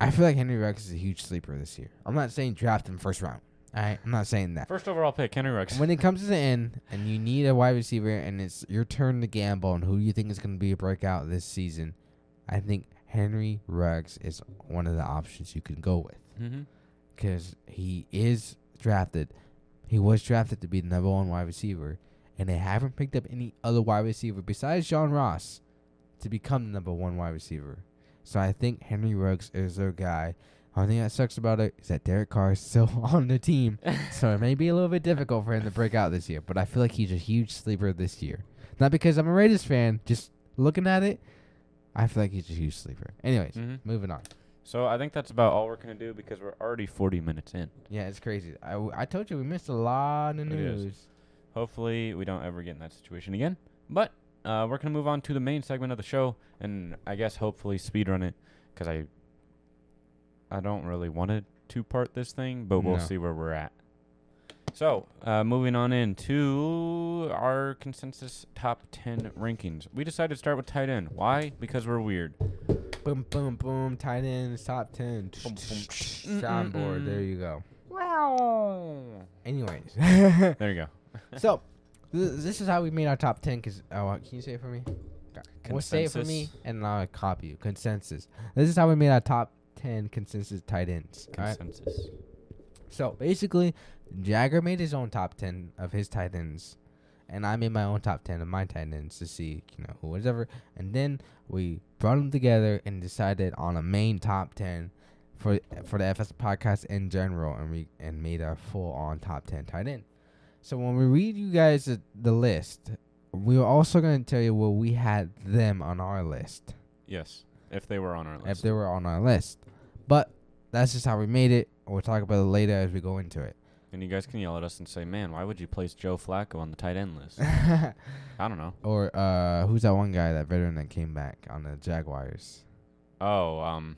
S2: I feel like Henry Ruggs is a huge sleeper this year. I'm not saying draft him first round. All right, I'm not saying that.
S1: First overall pick, Henry Ruggs.
S2: When it comes to the end, and you need a wide receiver, and it's your turn to gamble on who you think is going to be a breakout this season, I think Henry Ruggs is one of the options you can go with
S1: mm-hmm.
S2: because he is drafted. He was drafted to be the number one wide receiver, and they haven't picked up any other wide receiver besides John Ross to become the number one wide receiver. So I think Henry Ruggs is their guy. Only thing that sucks about it is that Derek Carr is still on the team, so it may be a little bit difficult for him to break out this year. But I feel like he's a huge sleeper this year. Not because I'm a Raiders fan, just looking at it, I feel like he's a huge sleeper. Anyways,
S1: Mhm.
S2: moving on.
S1: So I think that's about all we're going to do because we're already 40 minutes in.
S2: Yeah, it's crazy. I, w- I told you we missed a lot of
S1: It is.
S2: news.
S1: Hopefully, we don't ever get in that situation again. But uh, we're going to move on to the main segment of the show, and I guess hopefully speedrun it because I I don't really want to two part this thing, but we'll
S2: No.
S1: see where we're at. So, uh, moving on into our consensus top 10 rankings. We decided to start with tight end. Why? Because we're weird.
S2: Boom, boom, boom. Tight ends, top 10.
S1: Boom, boom.
S2: Soundboard. There you go. Anyways.
S1: There you go.
S2: so, th- this is how we made our top 10. Cause, oh, uh, can you say it for me? Well, say it for me, and I'll copy you. Consensus. This is how we made our top 10 consensus tight ends. all right?
S1: Consensus.
S2: So, basically, Jagger made his own top 10 of his tight ends. And I made my own top 10 of my tight ends to see, you know, who was ever. And then we brought them together and decided on a main top 10 for for the FS podcast in general. And we and made our full on top 10 tight end. So when we read you guys the- the list, we are also going to tell you what we had them on our list
S1: Yes. If they were on our list.
S2: if they were on our list. But That's just how we made it. We'll talk about it later as we go into it.
S1: And you guys can yell at us and say, "Man, why would you place Joe Flacco on the tight end list?" I don't know.
S2: or uh, who's that one guy, that veteran that came back on the Jaguars?
S1: Oh, um,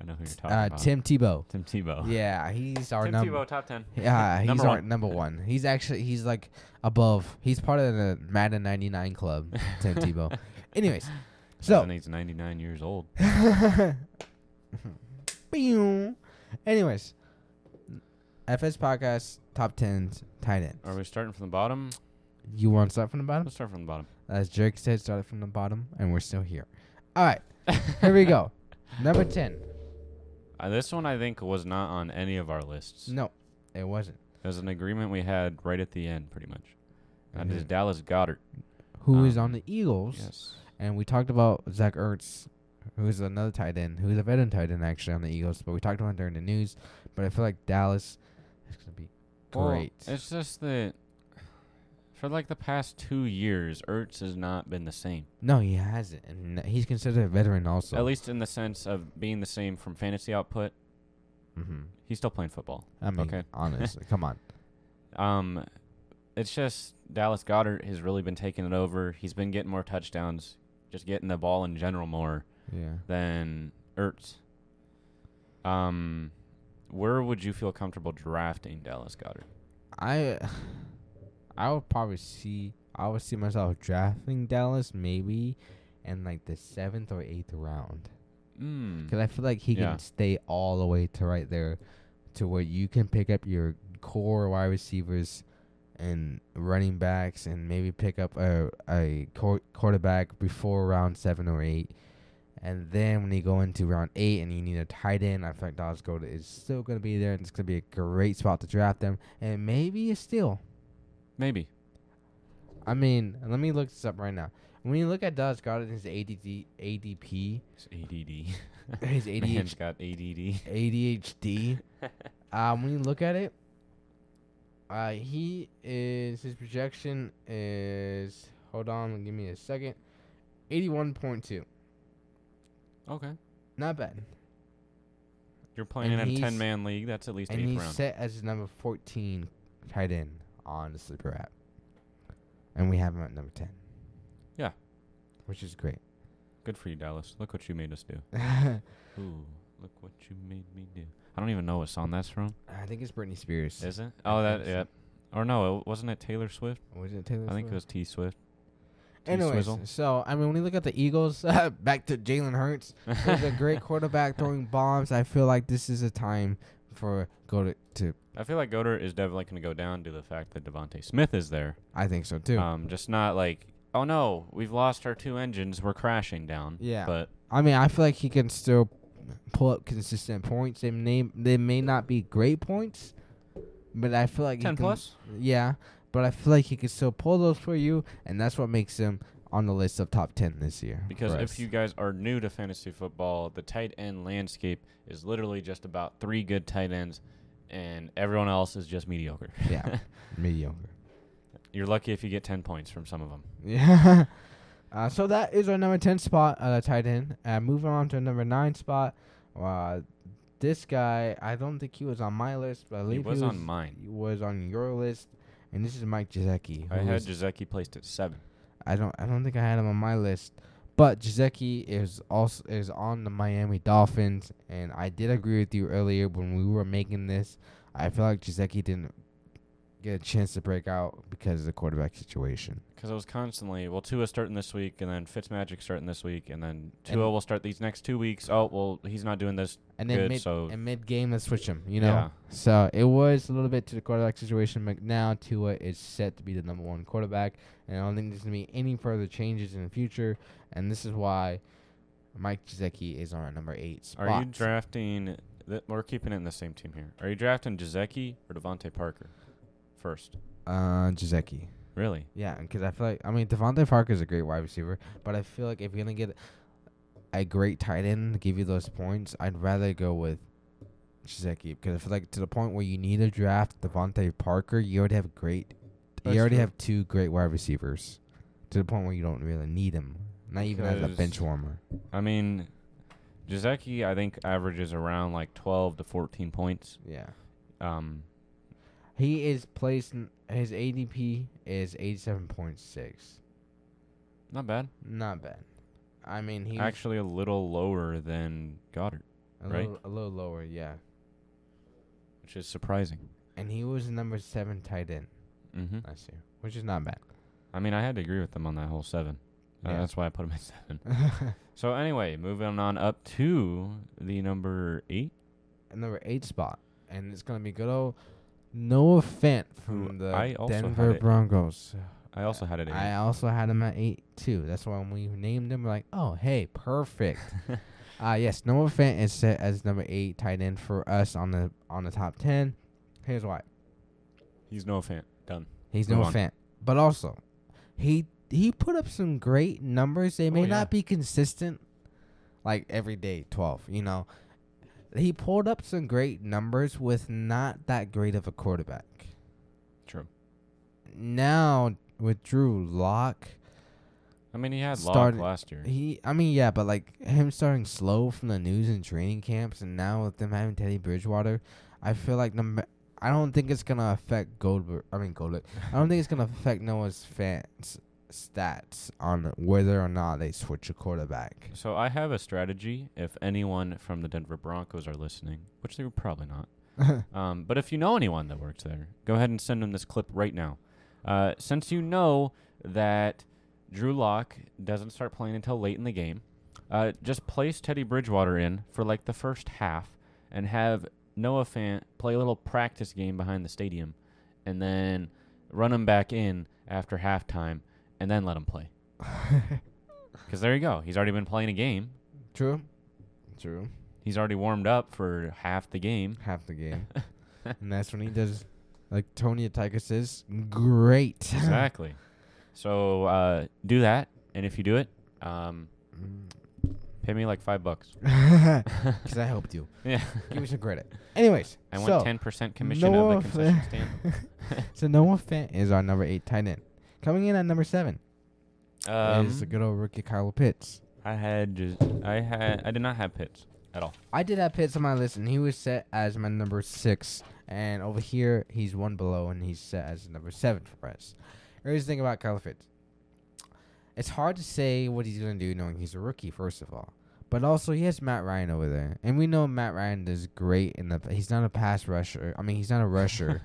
S1: I know who you're talking
S2: Uh,
S1: about.
S2: Tim Tebow.
S1: Tim Tebow.
S2: Yeah, he's our
S1: Tim
S2: number.
S1: Tebow, top ten.
S2: Yeah, he's
S1: Number
S2: our
S1: one.
S2: number one. He's actually he's like above. He's part of the Madden '99 club. Tim Tebow. Anyways, so
S1: and he's 99 years old.
S2: Pew. Anyways, FS podcast top tens tight ends.
S1: Are we starting from the bottom?
S2: You want to start from the bottom?
S1: Let's start from the bottom.
S2: As Jake said, started from the bottom, and we're still here. All right, here we go. Number ten.
S1: Uh, this one I think was not on any of our lists.
S2: No, it wasn't.
S1: It was an agreement we had right at the end, pretty much. That is
S2: Mhm.
S1: Dallas Goddard.
S2: Who is
S1: Um,
S2: on the Eagles?
S1: Yes.
S2: And we talked about Zach Ertz, who's another tight end, who's a veteran tight end actually on the Eagles. But we talked about him during the news. But I feel like Dallas is gonna be great.
S1: it's just that for like the past two years, Ertz has not been the same.
S2: no, he hasn't, and he's considered a veteran also.
S1: At least in the sense of being the same from fantasy output.
S2: hmm
S1: He's still playing football.
S2: I mean,
S1: Okay.
S2: honestly, come on.
S1: Um, it's just Dallas Goddard has really been taking it over. He's been getting more touchdowns, just getting the ball in general more
S2: Yeah.
S1: than Ertz. Um, where would you feel comfortable drafting Dallas Goddard?
S2: I I would probably see I would see myself drafting Dallas maybe in like the seventh or eighth round
S1: Mm.
S2: because I feel like he
S1: Yeah.
S2: can stay all the way to right there to where you can pick up your core wide receivers and running backs and maybe pick up a a quar- quarterback before round seven or eight. And then when you go into round eight and you need a tight end, I feel like Dallas Goddard is still going to be there, and it's going to be a great spot to draft them. And maybe a steal.
S1: Maybe.
S2: I mean, let me look this up right now. When you look at Dallas Goddard, his ADD, ADP,
S1: It's ADD.
S2: his
S1: Man's
S2: ADH,
S1: got ADD.
S2: ADHD, um, when you look at it, uh, he is his projection is hold on, give me a second, eighty-one point two,
S1: Okay.
S2: not bad,
S1: You're playing
S2: And
S1: in a
S2: he's-
S1: 10 man league. That's at least
S2: and
S1: eighth
S2: he's
S1: round.
S2: set as number fourteen tight end on the sleeper app, and we have him at number ten.
S1: Yeah.
S2: which is great.
S1: Good for you, Dallas. Look what you made us do.
S2: I
S1: Ooh, look what you made me do. I don't even know what song that's from.
S2: think it's Britney Spears.
S1: Is it?
S2: I
S1: Oh, that,
S2: think so.
S1: yep. Or no, it- wasn't it Taylor Swift?
S2: Was it Taylor?
S1: I think it
S2: Swift?
S1: was T Swift.
S2: Anyways,
S1: T-Swizzle.
S2: so I mean, when you look at the Eagles, back to Jalen Hurts, he's a great quarterback throwing bombs. I feel like this is a time for go to. to
S1: I feel like Goder is definitely going to go down to the fact that Devonte Smith is there.
S2: I think so too.
S1: Um, just not like, oh no, we've lost our two engines. We're crashing down.
S2: Yeah.
S1: But
S2: I mean, I feel like he can still pull up consistent points. They may they may not be great points, but I feel like he
S1: 10
S2: can-
S1: plus?
S2: Yeah, but I feel like he can still pull those for you, and that's what makes him on the list of top ten this year.
S1: Because
S2: for
S1: if
S2: us.
S1: you guys are new to fantasy football, the tight end landscape is literally just about three good tight ends, and everyone else is just mediocre.
S2: yeah mediocre.
S1: You're lucky if you get 10 points from some of them.
S2: Yeah. Uh, so that is our number 10 spot, uh, tight end. Uh, moving on to number 9 spot. Uh, this guy, I don't think he was on my list, but I believe
S1: He was on mine.
S2: he was on your list. And this is Mike Jazeki.
S1: I
S2: who
S1: had
S2: is-
S1: Jazeki placed at seven.
S2: I don't I don't think I had him on my list. But Jazeki is also is on the Miami Dolphins and I did agree with you earlier when we were making this. I feel like Jazeki didn't get a chance to break out because of the quarterback situation.
S1: Because I was constantly, well, Tua's starting this week, and then Fitzmagic starting this week, and then Tua will start these next two weeks. Oh, well, he's not doing this
S2: And then
S1: good,
S2: mid
S1: so
S2: and mid game let's switch him. You know,
S1: Yeah.
S2: so it was a little bit to the quarterback situation, but now Tua is set to be the number one quarterback, and I don't think there's gonna be any further changes in the future. And this is why Mike Jazeki is on our number eight spot.
S1: are you drafting, th- we're keeping it in the same team here. Are you drafting Jazeki or Devontae Parker first?
S2: uh, Jazeki.
S1: Really?
S2: Yeah, because I feel like I mean Devontae Parker is a great wide receiver, but I feel like if you're gonna get a great tight end to give you those points, I'd rather go with Jazeki because I feel like to the point where you need to draft Devontae Parker, you already have great,
S1: That's
S2: you already
S1: true.
S2: have two great wide receivers to the point where you don't really need him, not even as a
S1: Because-
S2: bench warmer.
S1: I mean, Jazeki, I think, averages around like 12 to 14 points.
S2: Yeah.
S1: Um,
S2: He is placed. In, his ADP is eighty-seven point six.
S1: not bad.
S2: Not bad. I mean, he's
S1: Actually, a little lower than Goddard,
S2: a,
S1: right?
S2: little, a little lower, yeah.
S1: which is surprising.
S2: And he was number seven tight end
S1: Mm-hmm.
S2: last year, which is not bad.
S1: I mean, I had to agree with them on that whole seven. Uh,
S2: Yeah.
S1: That's why I put him at seven. So anyway, moving on up to the number eight.
S2: And number eight spot, and it's gonna be good old Noah Fant from the
S1: I also had
S2: Denver
S1: it-
S2: Broncos.
S1: I also had it at
S2: I also had him at eight too. That's why when we named him, we're like, oh hey, perfect.
S1: eight.
S2: Uh yes, Noah Fant is set as number eight tight end for us on the on the top ten. Here's why.
S1: He's no fan. Done.
S2: He's
S1: Move
S2: no
S1: on.
S2: fan. But also, he he put up some great numbers. They may
S1: Oh, yeah.
S2: not be consistent, like every day twelve. You know, he pulled up some great numbers with not that great of a quarterback.
S1: True.
S2: Now with Drew Lock,
S1: I mean, he had Locke
S2: Started-
S1: last year.
S2: he I mean yeah, but like him starting slow from the news and training camps, and now with them having Teddy Bridgewater, I feel like number. I don't think it's gonna affect Goldberg. I mean Goldberg. I don't think it's gonna affect Noah's fans stats on whether or not they switch a quarterback.
S1: so I have a strategy. If anyone from the Denver Broncos are listening, which they were probably not, Um, but if you know anyone that works there, go ahead and send them this clip right now. Uh, since you know that Drew Lock doesn't start playing until late in the game, uh, just place Teddy Bridgewater in for like the first half and have Noah Fant play a little practice game behind the stadium and then run him back in after halftime and then let him play. Because there you go. He's already been playing a game,
S2: True. True.
S1: he's already warmed up for half the game.
S2: Half the game. and that's when he does like Tony Tiger says, great.
S1: exactly. So uh, do that, and if you do it, um, pay me like five bucks.
S2: Because I helped you.
S1: Yeah,
S2: Give me some credit. Anyways,
S1: I
S2: so,
S1: want ten percent commission
S2: Noah
S1: of the concession
S2: Fant-
S1: stand.
S2: so Noah Fant is our number eight tight end. Coming in at number seven is the
S1: Um,
S2: good old rookie Kyle Pitts.
S1: I had just, I had I did not have pits at all.
S2: I did have Pitts on my list, and he was set as my number six. And over here, he's one below, and he's set as number seven for us. Here's the thing about Kyle Pitts. It's hard to say what he's going to do knowing he's a rookie, first of all. But also, he has Matt Ryan over there. And we know Matt Ryan is great in the. He's not a pass rusher. I mean, he's not a rusher.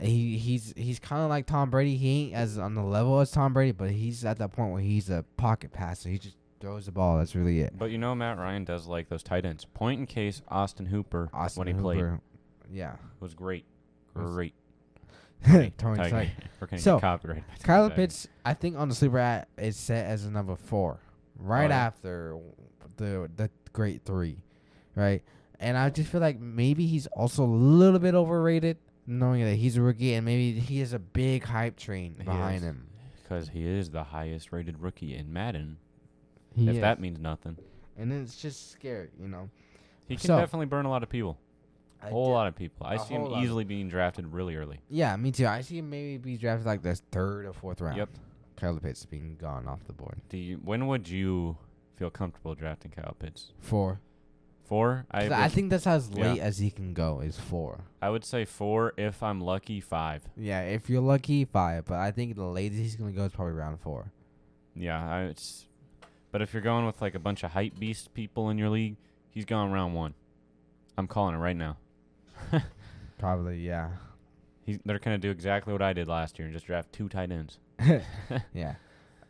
S2: he He's he's kind of like Tom Brady. He ain't as on the level as Tom Brady, but he's at that point where he's a pocket passer. He just throws the ball. That's really it.
S1: But you know, Matt Ryan does like those tight ends. Point in case Austin Hooper
S2: Austin
S1: when he played
S2: Hooper. Yeah.
S1: was great,
S2: Was-
S1: great.
S2: Tony
S1: Tiger.
S2: Tiger.
S1: We're gonna
S2: So,
S1: get copyrighted. by Tony
S2: Kyle
S1: Tiger.
S2: Pitts, I think on the sleeper at is set as a number four, right
S1: Oh, yeah.
S2: after the the great three, right? And I just feel like maybe he's also a little bit overrated, knowing that he's a rookie and maybe he has a big hype train
S1: He
S2: behind
S1: is.
S2: him.
S1: because he is the highest rated rookie in Madden.
S2: He
S1: if
S2: is.
S1: that means nothing,
S2: and then it's just scary, you know.
S1: he can
S2: So-
S1: definitely burn a lot of people.
S2: I
S1: whole
S2: did-
S1: lot of people. I
S2: A
S1: see him
S2: whole lot of-
S1: easily being drafted really early.
S2: Yeah, me too. I see him maybe be drafted like the third or fourth round.
S1: Yep.
S2: Kyle Pitts being gone off the board.
S1: Do you, when would you feel comfortable drafting Kyle Pitts?
S2: Four.
S1: Four? I
S2: 'Cause
S1: would,
S2: I, think that's as
S1: yeah.
S2: late as he can go is four.
S1: I would say four. If I'm lucky, five.
S2: Yeah, if you're lucky, five. But I think the latest he's gonna go is probably round four.
S1: Yeah, I, it's. But if you're going with like a bunch of hype beast people in your league, he's gone round one. I'm calling it right now.
S2: Probably, yeah.
S1: He's, they're gonna do exactly what I did last year and just draft two tight ends.
S2: Yeah.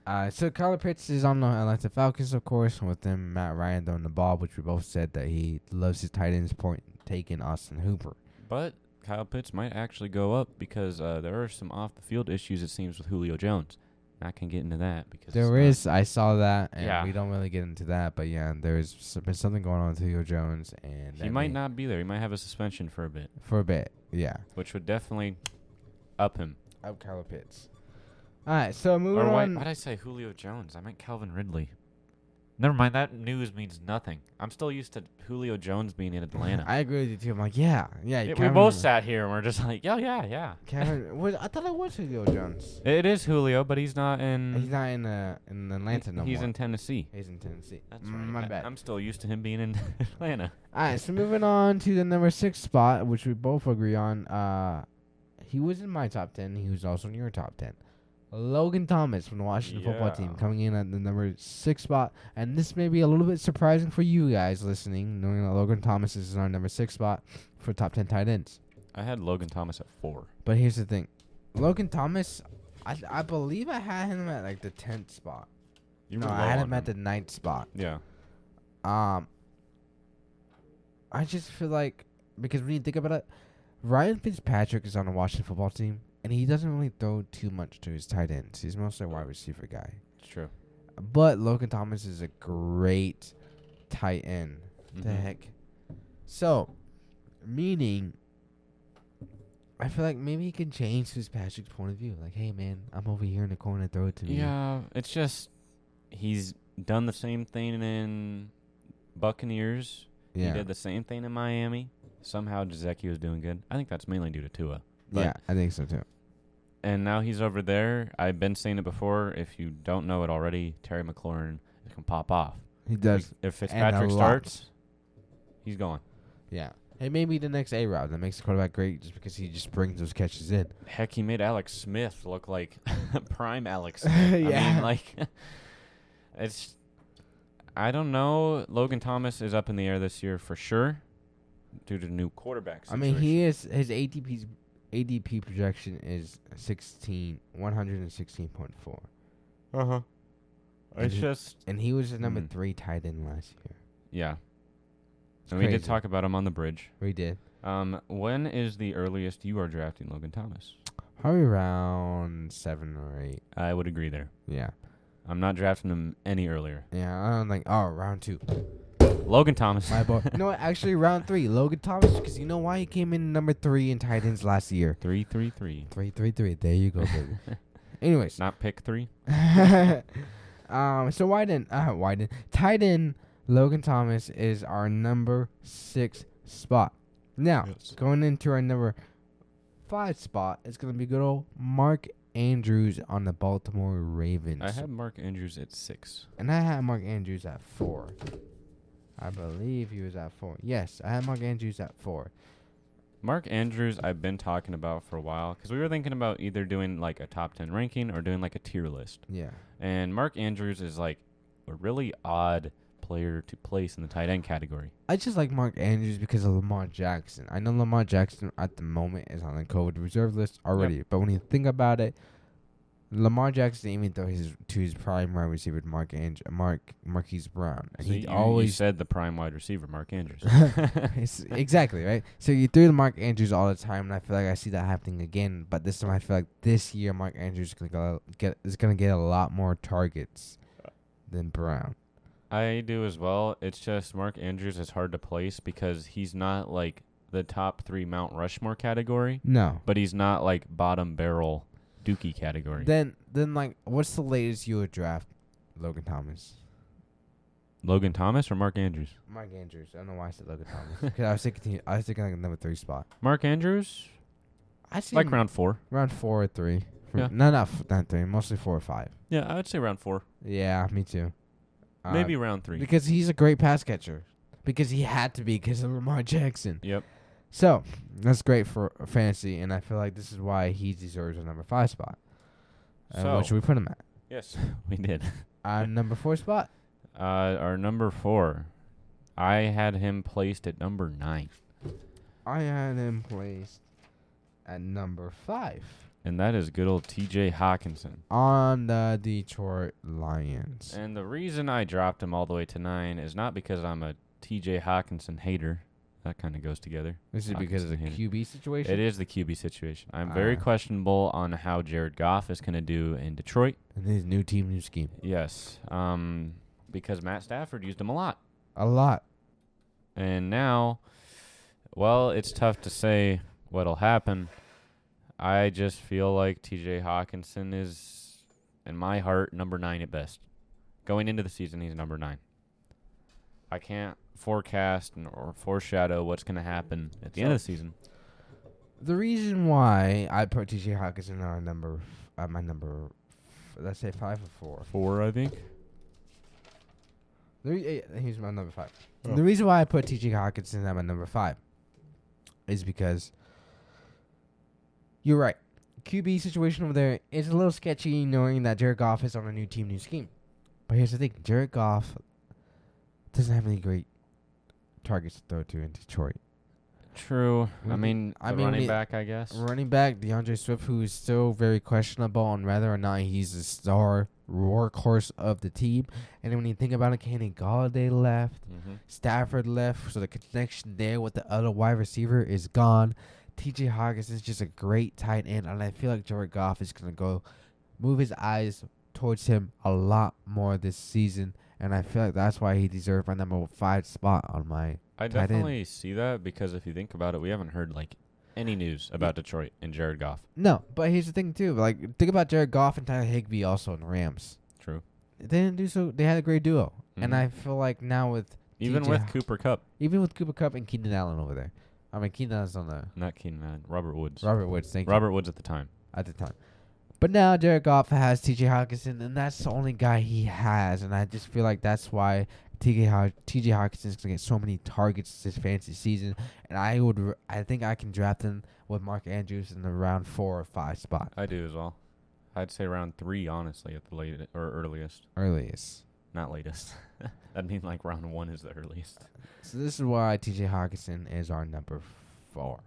S2: Uh, so Kyler Pitts is on the Atlanta Falcons, of course, with them Matt Ryan throwing the ball, which we both said that he loves his tight ends. Point taken, Austin Hooper.
S1: But Kyle Pitts might actually go up because uh, there are some off the field issues it seems with Julio Jones. And I can get into that because
S2: There
S1: it's not-
S2: is, I saw that, and
S1: Yeah.
S2: we don't really get into that, but yeah, there's s- been something going on with Julio Jones, and
S1: he
S2: that
S1: might
S2: may-
S1: not be there. He might have a suspension for a bit,
S2: for a bit, yeah.
S1: which would definitely up him.
S2: Up Kyler Pitts. All right, so moving
S1: or why,
S2: on.
S1: why'd I say Julio Jones? I meant Calvin Ridley. Never mind. That news means nothing. I'm still used to Julio Jones being in Atlanta.
S2: I agree with you too. I'm like, yeah, yeah.
S1: Yeah, we
S2: Cameron-
S1: both sat here and we're just like, yeah, yeah, yeah.
S2: Cameron, what, I thought I was Julio Jones.
S1: It is Julio, but he's not in.
S2: He's not in uh, in Atlanta no
S1: Mm-hmm. he's
S2: more.
S1: in Tennessee.
S2: he's in Tennessee.
S1: That's
S2: Mm,
S1: right.
S2: My
S1: I-
S2: bad.
S1: I'm still used to him being in Atlanta.
S2: All right, so moving on to the number six spot, which we both agree on. Uh, he was in my top ten. He was also in your top ten. Logan Thomas from the Washington football team
S1: Yeah.
S2: coming in at the number six spot, and this may be a little bit surprising for you guys listening, knowing that Logan Thomas is in our number six spot for top ten tight ends.
S1: I had Logan Thomas at four.
S2: But here's the thing, Logan Thomas, I I believe I had him at like the tenth spot.
S1: You
S2: no,
S1: were
S2: I
S1: low
S2: had
S1: on
S2: him at the ninth spot.
S1: Yeah.
S2: Um, I just feel like because when you think about it, Ryan Fitzpatrick is on a Washington football team, and he doesn't really throw too much to his tight ends. He's mostly a wide receiver guy.
S1: It's true.
S2: But Logan Thomas is a great tight end. The
S1: Mhm.
S2: heck. So, meaning, I feel like maybe he can change Fitzpatrick's point of view. Like, hey man, I'm over here in the corner, throw it to me.
S1: Yeah, it's just he's done the same thing in Buccaneers. He
S2: yeah,
S1: did the same thing in Miami. Somehow Jazeki was doing good. I think that's mainly due to Tua. but-
S2: yeah. I think so too.
S1: And now he's over there. I've been saying it before. If you don't know it already, Terry McLaurin can pop off.
S2: He does.
S1: If
S2: And a
S1: Fitzpatrick
S2: lot.
S1: starts, he's gone.
S2: Yeah. Hey, maybe the next A Rob that makes the quarterback great just because he just brings those catches in.
S1: Heck, he made Alex Smith look like prime Alex. I
S2: Yeah.
S1: mean, like, it's. I don't know. Logan Thomas is up in the air this year for sure, due to new quarterbacks.
S2: I mean, he is his ADP's ADP projection is 16 116.4.
S1: Uh huh. It's
S2: Mhm.
S1: just
S2: And he was the number
S1: Mm.
S2: 3 tight end last year.
S1: yeah.
S2: It's
S1: And we did
S2: crazy.
S1: talk about him on the bridge.
S2: We did.
S1: Um, when is the earliest you are drafting Logan Thomas?
S2: Probably around 7 or 8.
S1: I would agree there.
S2: Yeah.
S1: I'm not drafting him any earlier.
S2: Yeah, I'm like, oh, round 2.
S1: Logan Thomas.
S2: My boy. no, actually round 3. Logan Thomas cuz you know why he came in number 3 in tight ends last year.
S1: three, three, three.
S2: 333. There you go, baby. Anyways,
S1: Not pick three.
S2: um, so Wyden, uh, Wyden, tight end Logan Thomas is our number six spot. Now
S1: Yes.
S2: going into our number five spot, it's gonna be good old Mark Andrews on the Baltimore Ravens,
S1: I had Mark Andrews at six.
S2: and I had Mark Andrews at four. I believe he was at four. Yes, I had Mark Andrews at four.
S1: Mark Andrews, I've been talking about for a while because we were thinking about either doing like a top 10 ranking or doing like a tier list.
S2: Yeah,
S1: And Mark Andrews is like a really odd player to place in the tight end category.
S2: I just like Mark Andrews because of Lamar Jackson. I know Lamar Jackson at the moment is on the COVID reserve list already, but when you think about it, Lamar Jackson didn't even throw his to his prime wide receiver Mark and Mark Marquise Brown, and
S1: So
S2: he
S1: you- you
S2: always
S1: said the prime wide receiver, Mark Andrews.
S2: it's exactly right. So you threw to Mark Andrews all the time, and I feel like I see that happening again. But this time, I feel like this year Mark Andrews is gonna go, get is gonna get a lot more targets than Brown.
S1: I do as well. It's just Mark Andrews is hard to place because he's not like the top three Mount Rushmore category,
S2: No,
S1: but he's not like bottom barrel Dookie category.
S2: Then, then like, what's the latest you would draft Logan Thomas?
S1: Logan Thomas or Mark Andrews?
S2: Mark Andrews. I don't know why I said Logan Thomas. Because I was thinking, I was thinking like number three spot.
S1: Mark Andrews,
S2: I see
S1: like round four.
S2: round four or three.
S1: Yeah.
S2: No, not f- not three. Mostly four or five.
S1: Yeah, I would say round four,
S2: Yeah, me too. Uh,
S1: maybe round three.
S2: because he's a great pass catcher. Because he had to be because of Lamar Jackson.
S1: Yep.
S2: So that's great for fantasy, and I feel like this is why he deserves a number five spot. Uh,
S1: So
S2: what should we put him at?
S1: yes, we did.
S2: Uh, number four spot.
S1: Uh, our number four, I had him placed at number nine,
S2: I had him placed at number five.
S1: and that is good old T.J. Hawkinson.
S2: on the Detroit Lions.
S1: And the reason I dropped him all the way to nine is not because I'm a T.J. Hawkinson hater. That kind of goes together.
S2: This is because of the
S1: Hawkinson
S2: QB situation.
S1: It is the QB situation. I'm very
S2: Ah.
S1: questionable on how Jared Goff is going to do in Detroit.
S2: And his new team, new scheme.
S1: Yes, um, because Matt Stafford used him a lot.
S2: A lot.
S1: And now, well, it's tough to say what'll happen. I just feel like TJ Hawkinson is, in my heart, number nine at best. Going into the season, he's number nine. I can't forecast n- or foreshadow what's going to happen at the end of the season.
S2: The reason why I put TJ Hawkinson on our number, f- uh, my number, f- let's say five or four.
S1: Four, I think.
S2: The re- eh, he's my number five.
S1: Oh.
S2: The reason why I put TJ Hawkinson at my number five is because you're right. QB situation over there is a little sketchy, knowing that Jared Goff is on a new team, new scheme. But here's the thing: Jared Goff doesn't have any great targets to throw to in Detroit.
S1: True. I
S2: We-
S1: mean,
S2: I
S1: the
S2: mean,
S1: running
S2: we-
S1: back, I guess.
S2: Running back DeAndre Swift, who is still very questionable on whether or not he's the star workhorse of the team. And when you think about it, Kenny Galladay left.
S1: Mhm.
S2: Stafford left, so the connection there with the other wide receiver is gone. TJ Hawkinson is just a great tight end, and I feel like Jared Goff is going to go move his eyes towards him a lot more this season, and I feel like that's why he deserved my number five spot on my.
S1: I
S2: tight end.
S1: definitely see that because if you think about it, we haven't heard like any news about Detroit and Jared Goff.
S2: No, but here's the thing too. Like think about Jared Goff and Tyler Higbee also in the Rams.
S1: True.
S2: They didn't do so. They had a great duo, and
S1: Mhm.
S2: I feel like now with
S1: Even
S2: TJ
S1: with
S2: Ho-
S1: Cooper Cup,
S2: even with Cooper Cup and Keenan Allen over there, I mean Keenan Allen's on the
S1: not Keenan Allen, Robert Woods.
S2: Robert Woods. Thank you.
S1: Robert Woods at the time.
S2: at the time. But now Jared Goff has T.J. Hawkinson, and that's the only guy he has. And I just feel like that's why T.J. Haw- T.J. Hawkinson is gonna get so many targets this fantasy season. And I would, r- I think I can draft him with Mark Andrews in the round four or five spot
S1: I do as well. I'd say round three, honestly, at the latest or earliest.
S2: earliest.
S1: Not latest. That'd mean like round one is the earliest.
S2: So this is why T.J. Hawkinson is our number four.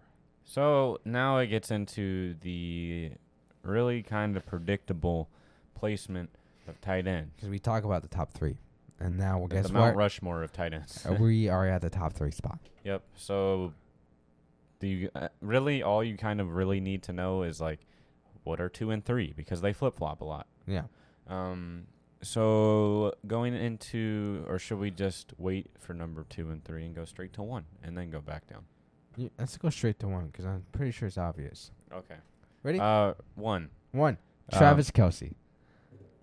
S1: So now it gets into the really kind of predictable placement of tight end.
S2: Because we talk about the top three, and now well, guess
S1: the Mount
S2: what?
S1: Rushmore of tight ends.
S2: Uh, we are at the top three spot.
S1: Yep. So, do you uh, really all you kind of really need to know is like what are two and three because they flip flop a lot.
S2: Yeah.
S1: Um. So going into or should we just wait for number two and three and go straight to one and then go back down?
S2: yeah. Let's go straight to one because I'm pretty sure it's obvious.
S1: Okay.
S2: Ready?
S1: Uh, one.
S2: one.
S1: Um,
S2: Travis Kelsey.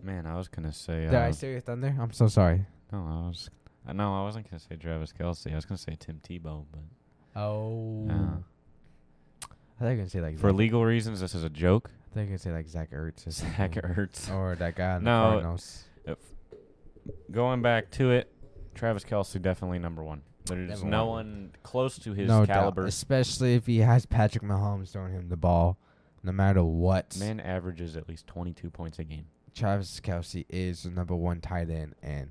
S1: Man, I was gonna say. Uh,
S2: Did I steal your thunder? I'm so sorry.
S1: no, I was. Uh, no, I wasn't gonna say Travis Kelsey. I was gonna say Tim Tebow, but
S2: Oh.
S1: Yeah.
S2: I thought you were gonna say like
S1: for
S2: Zach,
S1: legal reasons, this is a joke.
S2: I thought you were gonna say like Zach Ertz or
S1: Zach
S2: something.
S1: Ertz.
S2: or that guy on
S1: No.
S2: the Cardinals.
S1: going back to it, Travis Kelsey definitely number one. There's
S2: Number
S1: no
S2: one.
S1: one close to his
S2: no
S1: caliber.
S2: doubt, especially if he has Patrick Mahomes throwing him the ball, no matter what.
S1: Man averages at least 22 points a game.
S2: Travis Kelsey is the number one tight end, and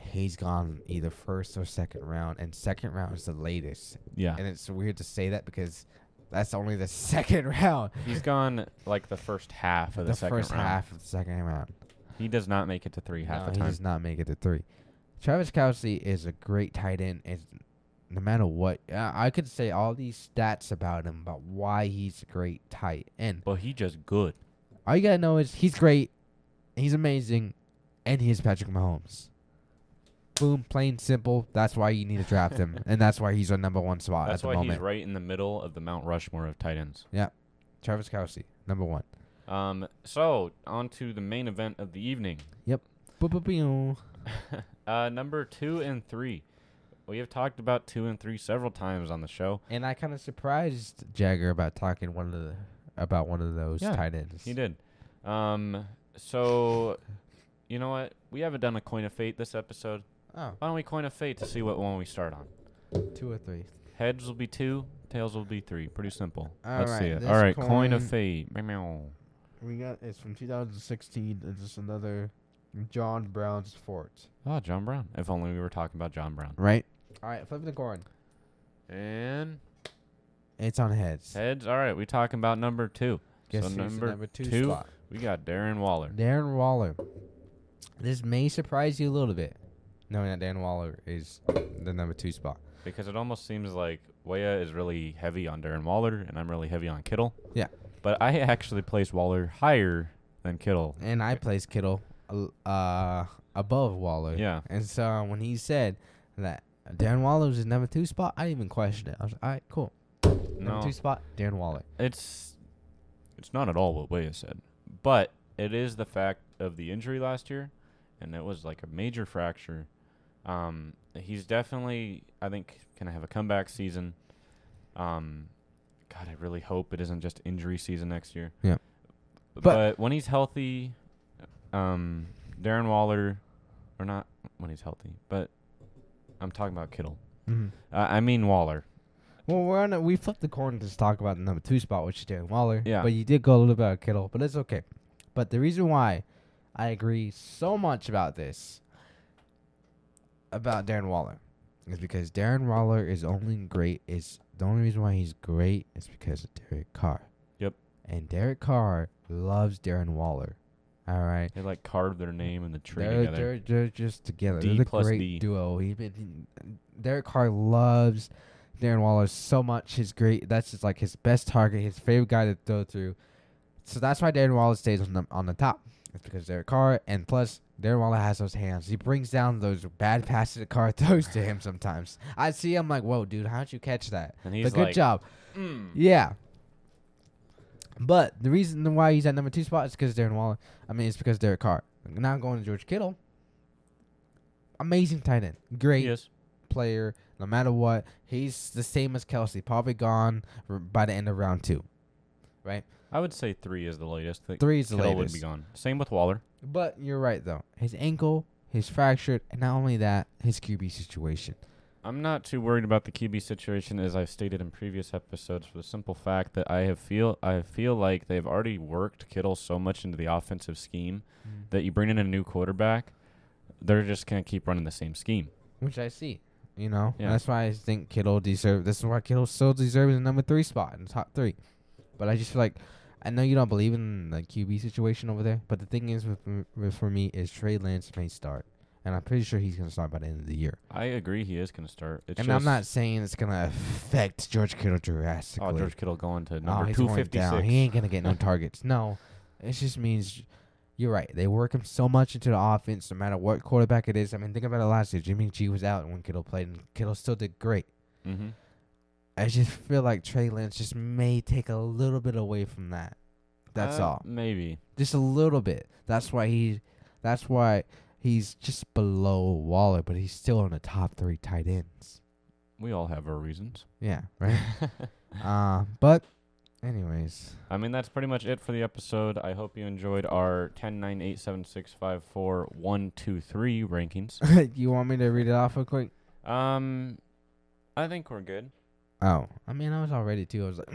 S2: he's gone either first or second round, and second round is the latest.
S1: Yeah,
S2: And it's weird to say that because that's only the second round,
S1: he's gone like the first half of the, second
S2: first
S1: round.
S2: half of the second round.
S1: He does not make it to three half
S2: no,
S1: the
S2: He
S1: time.
S2: does not make it to three. Travis Kelsey is a great tight end, and no matter what, uh, I could say all these stats about him about why he's a great tight end.
S1: But he just good.
S2: All you gotta know is he's great, he's amazing, and he is Patrick Mahomes. Boom, plain simple. That's why you need to draft him, and that's why he's our number one spot
S1: That's
S2: at the
S1: why
S2: moment.
S1: he's right in the middle of the Mount Rushmore of tight ends.
S2: Travis Kelsey, number one.
S1: Um, so on to the main event of the evening.
S2: Boop, boop, boom.
S1: uh, number two and three. We have talked about two and three several times on the show.
S2: And I kind of surprised Jagger about talking one of the about one of those
S1: Yeah,
S2: tight ends.
S1: He did. Um, so, you know what? We haven't done a coin of fate this episode.
S2: Oh,
S1: Why don't we coin a fate to see what one we start on?
S2: two or three.
S1: Heads will be two, tails will be three. Pretty simple.
S2: All
S1: Let's see
S2: right,
S1: it.
S2: this
S1: All right, coin, of
S2: coin-
S1: fate. Meow, meow.
S2: We got it's from 2016. It's just another John Brown's fort.
S1: Oh, John Brown. If only we were talking about John Brown.
S2: Right. All right, flipping the coin.
S1: And
S2: It's on heads.
S1: heads. All right, we talking about number two.
S2: Guess
S1: so
S2: who's the
S1: number
S2: two,
S1: two?
S2: spot?
S1: We got Darren Waller.
S2: Darren Waller. This may surprise you a little bit, knowing that Darren Waller is the number two spot.
S1: Because it almost seems like Waya is really heavy on Darren Waller, and I'm really heavy on Kittle.
S2: Yeah.
S1: But I actually placed Waller higher than Kittle.
S2: And I placed Kittle uh, uh above Waller.
S1: Yeah.
S2: And so uh, when he said that Darren Waller was his number two spot, I didn't even question it. I was like, all right, cool. Number
S1: No.
S2: two spot, Darren Waller.
S1: It's it's not at all what Waya said, but it is the fact of the injury last year and it was like a major fracture. Um, he's definitely, I think, gonna have a comeback season. Um, God, I really hope it isn't just injury season next year.
S2: Yeah.
S1: But,
S2: But-
S1: when he's healthy, um, Darren Waller, or not when he's healthy, but I'm talking about Kittle.
S2: Mm-hmm.
S1: Uh, I mean Waller.
S2: Well, we're on. A, we flipped the coin to talk about the number two spot, which is Darren Waller.
S1: Yeah.
S2: But you did go a little bit about Kittle, but it's okay. But the reason why I agree so much about this about Darren Waller is because Darren Waller is only great. Is the only reason why he's great is because of Derek Carr.
S1: Yep.
S2: And Derek Carr loves Darren Waller. All right.
S1: They like carved their name in the tree
S2: They're,
S1: together.
S2: they're, they're just together.
S1: D
S2: they're the
S1: plus
S2: great
S1: D.
S2: duo. He, been- he, Derek Carr loves Darren Waller so much. He's great. That's just like his best target, his favorite guy to throw through. So that's why Darren Waller stays on the on the top. It's because Derek Carr, and plus Darren Waller has those hands. He brings down those bad passes that Carr throws to him sometimes. I see. I'm like, whoa, dude, how'd you catch that?
S1: and
S2: But
S1: he's
S2: good
S1: like,
S2: job.
S1: "Mm."
S2: Yeah. But the reason why he's at number two spot is because Darren Waller. I mean, it's because Derek Carr. Now going to George Kittle. Amazing tight end. Great
S1: Yes.
S2: player. No matter what, he's the same as Kelsey. Probably gone r- by the end of round two.
S1: I would say three is the latest. I think
S2: Three is the
S1: Kittle would
S2: latest.
S1: be gone. Same with Waller.
S2: But you're right, though. His ankle, his fractured, and not only that, his QB situation.
S1: I'm not too worried about the QB situation, as I've stated in previous episodes, for the simple fact that I have feel I feel like they've already worked Kittle so much into the offensive scheme that you bring in a new quarterback, they're just gonna keep running the same scheme.
S2: Which I see. You know,
S1: Yeah.
S2: that's why I think Kittle deserve. This is why Kittle still deserves the number three spot in the top three. But I just feel like I know you don't believe in the QB situation over there. But the thing is, with, with for me, is Trey Lance may start, and I'm pretty sure he's gonna start by the end of the year.
S1: I agree, he is gonna start. It's
S2: and I'm
S1: just-
S2: not saying it's gonna affect George Kittle drastically.
S1: Oh, George Kittle going to
S2: No,
S1: number
S2: he's
S1: two
S2: going
S1: fifty
S2: down. He ain't
S1: six.
S2: gonna get no targets. No, it just means you're right. They work him so much into the offense, no matter what quarterback it is. I mean, think about it last year. Jimmy G was out when Kittle played, and Kittle still did great.
S1: Mm-hmm.
S2: I just feel like Trey Lance just may take a little bit away from that. That's
S1: Uh,
S2: all.
S1: Maybe.
S2: Just a little bit. That's why he. That's why he's just below Waller, but he's still in the top three tight ends.
S1: We all have our reasons.
S2: Yeah. Right. uh, but, anyways.
S1: I mean, that's pretty much it for the episode. I hope you enjoyed our 10, 9, 8, 7, 6, 5, 4, 1, 2, 3 rankings.
S2: you want me to read it off real quick?
S1: Um, I think we're good.
S2: Oh, I mean, I was already too. I was like,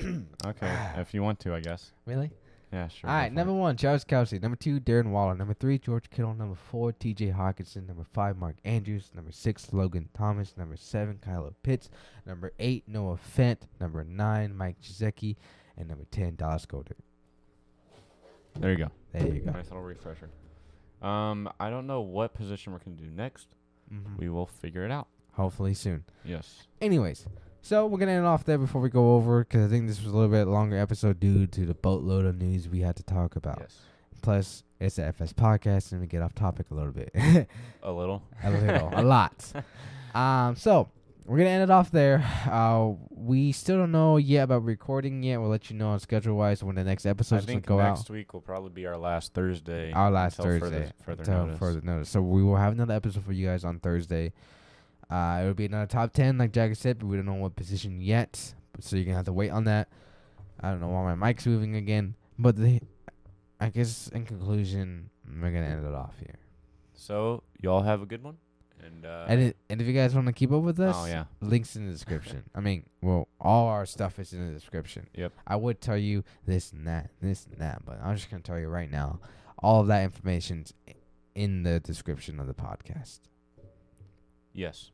S1: Okay, if you want to, I guess.
S2: really?
S1: Yeah, sure.
S2: All
S1: go
S2: right.
S1: for
S2: Number
S1: it.
S2: one, Charles Kelsey. Number two, Darren Waller. Number three, George Kittle. Number four, T.J. Hawkinson. Number five, Mark Andrews. Number six, Logan Thomas. Number seven, Kylo Pitts. Number eight, Noah Fent. Number nine, Mike Gesicki. And number ten, Dallas Goddard.
S1: There you go.
S2: There you go.
S1: Nice little refresher. Um, I don't know what position we're gonna do next.
S2: Mhm.
S1: We will figure it out.
S2: Hopefully soon.
S1: Yes.
S2: Anyways, so we're gonna end off there before we go over because I think this was a little bit longer episode due to the boatload of news we had to talk about.
S1: Yes.
S2: Plus, it's the FS podcast, and we get off topic a little bit.
S1: A little.
S2: a little, a lot. Um, so we're gonna end it off there. Uh, we still don't know yet about recording yet. We'll let you know on schedule wise when the next
S1: I
S2: episode's gonna
S1: think
S2: go
S1: next
S2: out.
S1: week will probably be our last Thursday.
S2: Our last
S1: until
S2: Thursday,
S1: Further, further
S2: Till
S1: notice.
S2: further notice. So we will have another episode for you guys on Thursday. Uh, it'll be another top ten, like Jack said, but we don't know what position yet. So you're gonna have to wait on that. I don't know why my mic's moving again, but the, I guess in conclusion, we're gonna end it off here.
S1: So y'all have a good one. And uh,
S2: and it, and if you guys want to keep up with us,
S1: oh yeah,
S2: links in the description. I mean, well, all our stuff is in the description.
S1: Yep.
S2: I would tell you this and that, this and that, but I'm just gonna tell you right now, all of that information's i- in the description of the podcast. Uh,
S1: yes.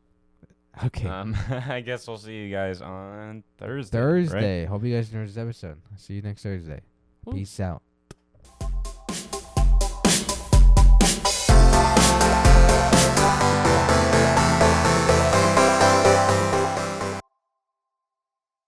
S2: Okay.
S1: Um, I guess we'll see you guys on Thursday. right?
S2: Thursday. Hope you guys enjoyed this episode. See you next Thursday.
S1: Ooh.
S2: Peace out.